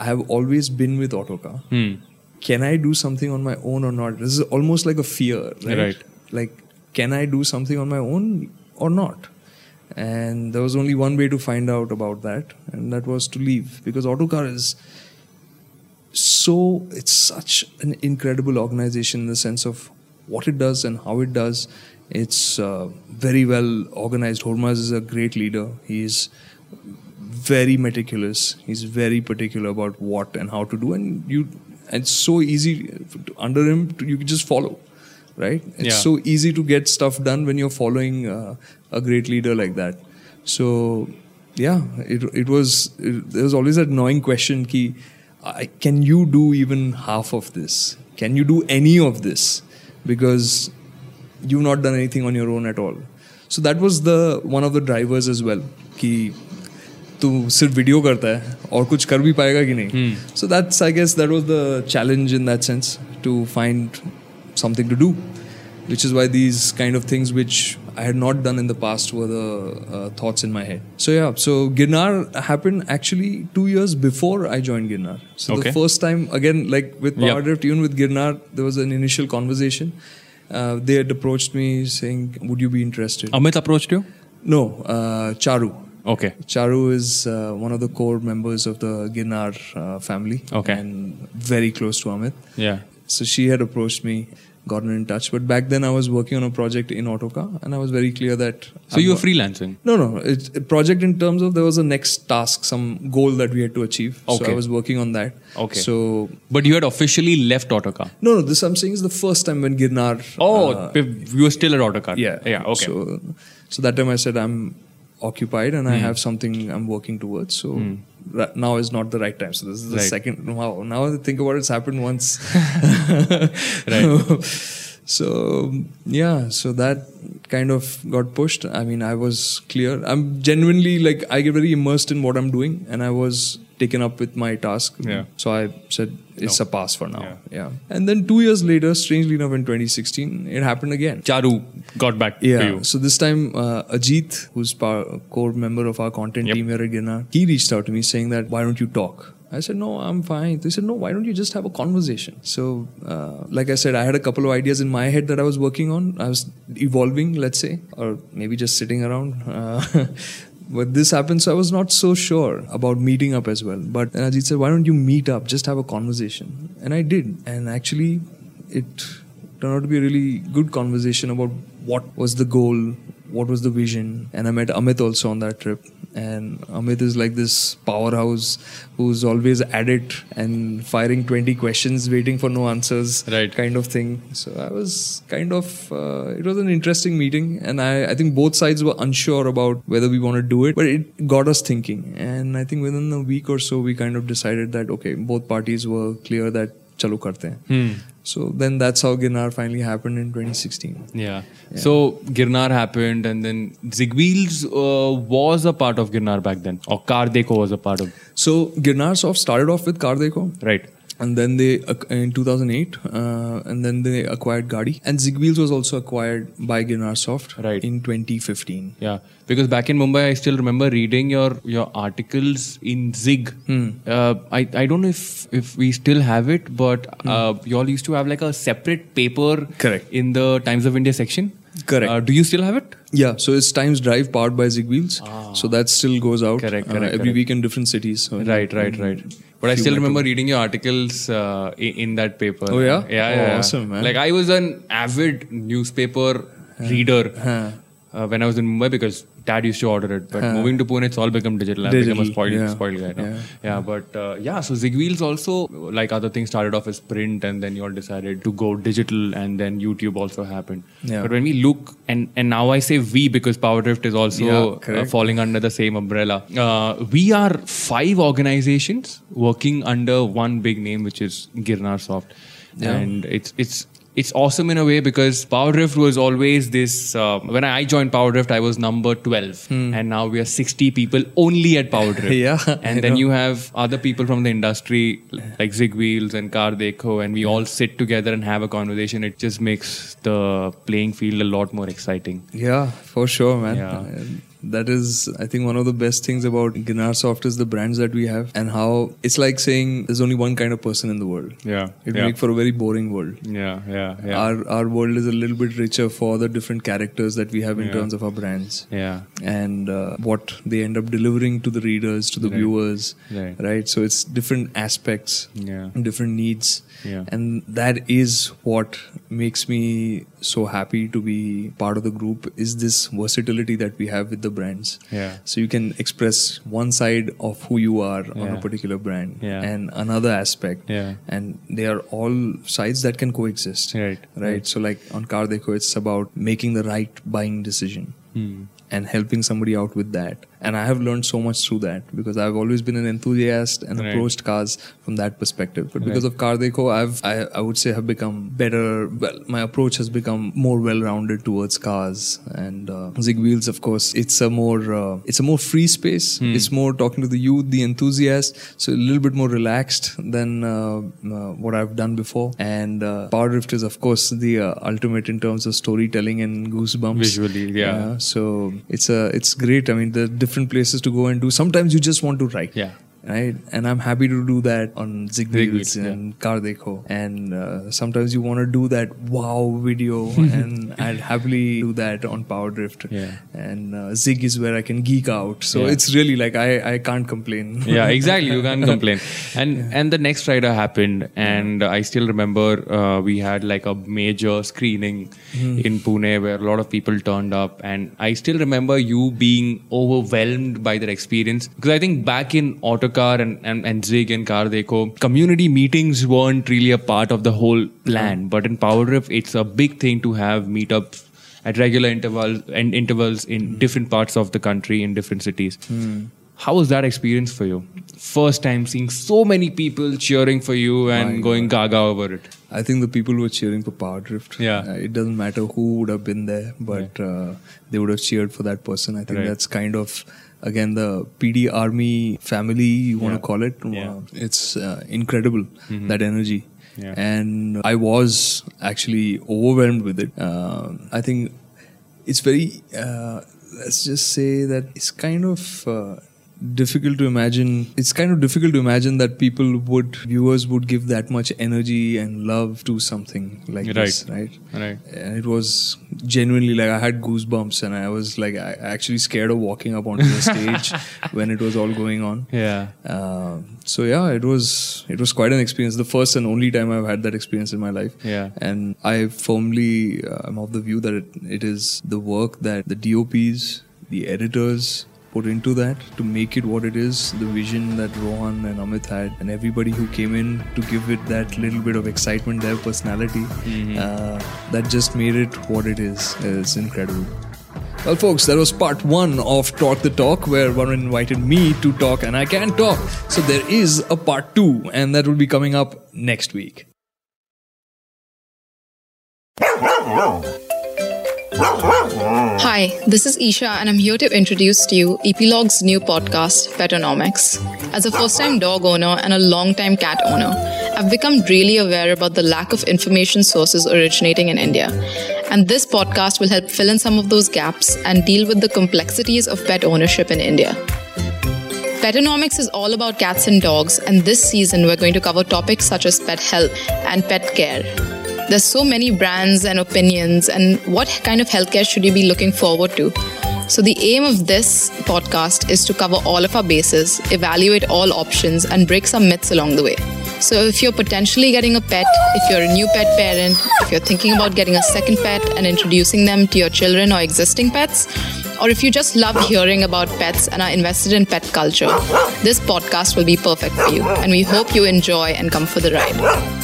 B: I have always been with Autocar.
A: Hmm.
B: Can I do something on my own or not? This is almost like a fear, right?
A: Right.
B: Like can I do something on my own or not? And there was only one way to find out about that, and that was to leave because Autocar is so it's such an incredible organization in the sense of what it does and how it does. It's uh, very well organized. Hormaz is a great leader. He's very meticulous. He's very particular about what and how to do, and you. and It's so easy to- under him. To, you can just follow, right? It's
A: Yeah.
B: so easy to get stuff done when you're following uh, a great leader like that. So yeah, it it was it, there was always that annoying question: "Ki, I, can you do even half of this? Can you do any of this? Because you've not done anything on your own at all." So that was the one of the drivers as well. Ki, तू सिर्फ video करता है और कुछ कर भी पाएगा कि नहीं
A: hmm.
B: So that's I guess that was the challenge in that sense to find something to do which is why these kind of things which I had not done in the past were the uh, thoughts in my head. So yeah, so Girnar happened actually two years before I joined Girnar. So
A: Okay.
B: the first time again, like with Power
A: Yep.
B: Drift, even with Girnar, there was an initial conversation. Uh, they had approached me saying, "Would you be interested?"
A: Amit approached you.
B: no, uh, Charu.
A: Okay.
B: Charu is uh, one of the core members of the Girnar uh, family.
A: Okay.
B: and very close to Amit.
A: Yeah.
B: So she had approached me, gotten in touch. But back then I was working on a project in Autocar and I was very clear that.
A: So you were freelancing.
B: No, no. It's a project in terms of there was a next task, some goal that we had to achieve. So
A: Okay.
B: I was working on that.
A: Okay.
B: So.
A: But you had officially left Autocar.
B: No, no. This I'm saying is the first time when Girnar.
A: Oh,
B: uh,
A: you were still at Autocar.
B: yeah.
A: Yeah. Okay.
B: So, so that time I said I'm occupied and I
A: Hmm.
B: have something I'm working towards. So ra- now is not the right time. So this is the
A: Right.
B: second. Wow. Now I think about it, it's happened once.
A: Right.
B: so yeah. So that kind of got pushed. I mean, I was clear. I'm genuinely like I get very immersed in what I'm doing, and I was taken up with my task.
A: Yeah.
B: So I said it's a pass for now.
A: Yeah.
B: yeah. And then two years later, strangely enough, in 2016, it happened again.
A: Charu got back to
B: Yeah.
A: you.
B: So this time, uh, Ajit, who's par- core member of our content
A: Yep.
B: team here at Ginna, he reached out to me saying that why don't you talk? I said no, I'm fine. They said no, why don't you just have a conversation? So, uh, like I said, I had a couple of ideas in my head that I was working on. I was evolving, let's say, or maybe just sitting around. Uh, But this happened, so I was not so sure about meeting up as well. But then Ajit said, Why don't you meet up? Just have a conversation. And I did. And actually, it turned out to be a really good conversation about what was the goal, what was the vision. And I met Amit also on that trip. And Amit is like this powerhouse who's always at it and firing 20 questions, waiting for no answers,
A: Right.
B: kind of thing. So I was kind of, uh, it was an interesting meeting. And I, I think both sides were unsure about whether we want to do it, but it got us thinking. And I think within a week or so, we kind of decided that, okay, both parties were clear that chalo karte hain. So then that's how Ginnar finally happened in 2016.
A: Yeah. So Girnar happened, and then Zigwheels uh, was a part of Girnar back then, or Kardeko was a part of.
B: So Girnar Soft started off with Kardeko.
A: Right.
B: And then they, ac- in 2008, uh, and then they acquired Gadi. And Zigwheels was also acquired by Girnar Soft
A: Right.
B: in 2015.
A: Yeah, because back in Mumbai, I still remember reading your your articles in Zig.
B: Hmm.
A: Uh, I I don't know if if we still have it, but uh, y'all used to have like a separate paper.
B: Hmm. Correct.
A: In the Times of India section.
B: Correct.
A: Uh, do you still have it?
B: Yeah, so it's Times Drive powered by Zigwheels. So that still goes
A: Ah.
B: out
A: Correct,
B: uh,
A: correct,
B: every
A: correct.
B: week in different cities. So
A: Right, right,
B: Mm-hmm.
A: right. But I still remember reading your articles uh, i- in that paper.
B: Oh, yeah?
A: yeah,
B: Oh,
A: yeah, yeah.
B: awesome, man.
A: Like I was an avid newspaper reader uh, when I was in Mumbai because Dad used to order it. But moving to Pune, it's all become digital. I became a
B: Digital,
A: spoiled,
B: yeah.
A: spoiled guy now. Yeah, but uh, yeah. So Zigwheels also, like other things, started off as print, and then you all decided to go digital, and then YouTube also happened.
B: Yeah.
A: But when we look, and and now I say we because Powerdrift is also
B: Yeah,
A: uh,
B: correct.
A: falling under the same umbrella. Uh, we are five organizations working under one big name, which is Girnar Soft, and it's it's it's awesome in a way because Powerdrift was always this. Uh, when I joined Powerdrift, I was number twelve, and now we are sixty people only at Powerdrift.
B: Hmm. Yeah,
A: and
B: I
A: then
B: know.
A: you have other people from the industry like Zigwheels and Kardeko, and we all sit together and have a conversation. It just makes the playing field a lot more exciting.
B: Yeah, for sure, man.
A: Yeah.
B: And That is, I think, one of the best things about Ginnar Soft is the brands that we have and how it's like saying there's only one kind of person in the world.
A: Yeah,
B: It
A: yeah.
B: make for a very boring world.
A: Yeah, yeah,
B: Our, our world is a little bit richer for the different characters that we have in
A: Yeah.
B: terms of our brands.
A: yeah.
B: and uh, what they end up delivering to the readers to the viewers
A: Right.
B: so it's different aspects
A: Yeah.
B: different needs
A: Yeah.
B: and that is what makes me so happy to be part of the group is this versatility that we have with the brands
A: Yeah.
B: so you can express one side of who you are on
A: Yeah.
B: a particular brand
A: Yeah.
B: and another aspect
A: Yeah.
B: and they are all sides that can coexist
A: Right.
B: right so like on car deco it's about making the right buying decision and helping somebody out with that and i have learned so much through that because i've always been an enthusiast and
A: Right.
B: approached cars from that perspective but because of car deco i've I, I would say have become better well my approach has become more well-rounded towards cars and uh, zig wheels of course it's a more uh, it's a more free space
A: Hmm.
B: it's more talking to the youth the enthusiast so a little bit more relaxed than uh, uh, what i've done before and uh, power drift is of course the uh, ultimate in terms of storytelling and goosebumps
A: Visually, yeah.
B: Uh, so it's a it's great i mean the different places to go and do sometimes you just want to write
A: Yeah.
B: right and i'm happy to do that on zig
A: Zig
B: Wheels
A: Wheels,
B: and car deco and uh, sometimes you want to do that wow video and i'll happily do that on power drift
A: Yeah.
B: and uh, zig is where i can geek out so
A: Yeah.
B: it's really like i i can't complain
A: yeah exactly you can't complain and and the next rider happened and i still remember uh, we had like a major screening in pune where a lot of people turned up and i still remember you being overwhelmed by that experience because i think back in autocar and and, and zig and car deco community meetings weren't really a part of the whole plan but in power drift it's a big thing to have meetups at regular intervals and intervals in different parts of the country in different cities how was that experience for you? First time seeing so many people cheering for you and going gaga over it.
B: I think the people who were cheering for Power Drift.
A: Yeah.
B: Uh, it doesn't matter who would have been there, but uh, they would have cheered for that person. I think
A: Right.
B: that's kind of again the PD Army family you want to
A: Yeah.
B: call it.
A: Yeah.
B: Uh, It's uh, incredible that energy.
A: Mm-hmm. Yeah.
B: And I was actually overwhelmed with it. Um I think it's very. Uh, let's just say that it's kind of. Uh, difficult to imagine. It's kind of difficult to imagine that people would, viewers would give that much energy and love to something like
A: Right.
B: this, right?
A: Right.
B: And it was genuinely like I had goosebumps and I was like, I I actually scared of walking up onto the stage when it was all going on.
A: Yeah.
B: Uh, so yeah, it was it was quite an experience. The first and only time I've had that experience in my life.
A: Yeah.
B: and I firmly uh, am of the view that it, it is the work that the DOPs, the editors put into that to make it what it is. The vision that Rohan and Amit had, and everybody who came in to give it that little bit of excitement, their personality, uh, that just made it what it is. It's incredible. Well, folks, that was part one of Talk the Talk, where one invited me to talk, and I can talk. So there is a part two, and that will be coming up next week.
D: Hi, this is Isha, and I'm here to introduce to you Epilog's new podcast, Petonomics. As a first time dog owner and a long time cat owner, I've become really aware about the lack of information sources originating in India. And this podcast will help fill in some of those gaps and deal with the complexities of pet ownership in India. Petonomics is all about cats and dogs, and this season we're going to cover topics such as pet health and pet care. There's so many brands and opinions, and what kind of healthcare should you be looking forward to? So, the aim of this podcast is to cover all of our bases, evaluate all options, and break some myths along the way. So, if you're potentially getting a pet, if you're a new pet parent, if you're thinking about getting a second pet and introducing them to your children or existing pets, or if you just love hearing about pets and are invested in pet culture, this podcast will be perfect for you. And we hope you enjoy and come for the ride.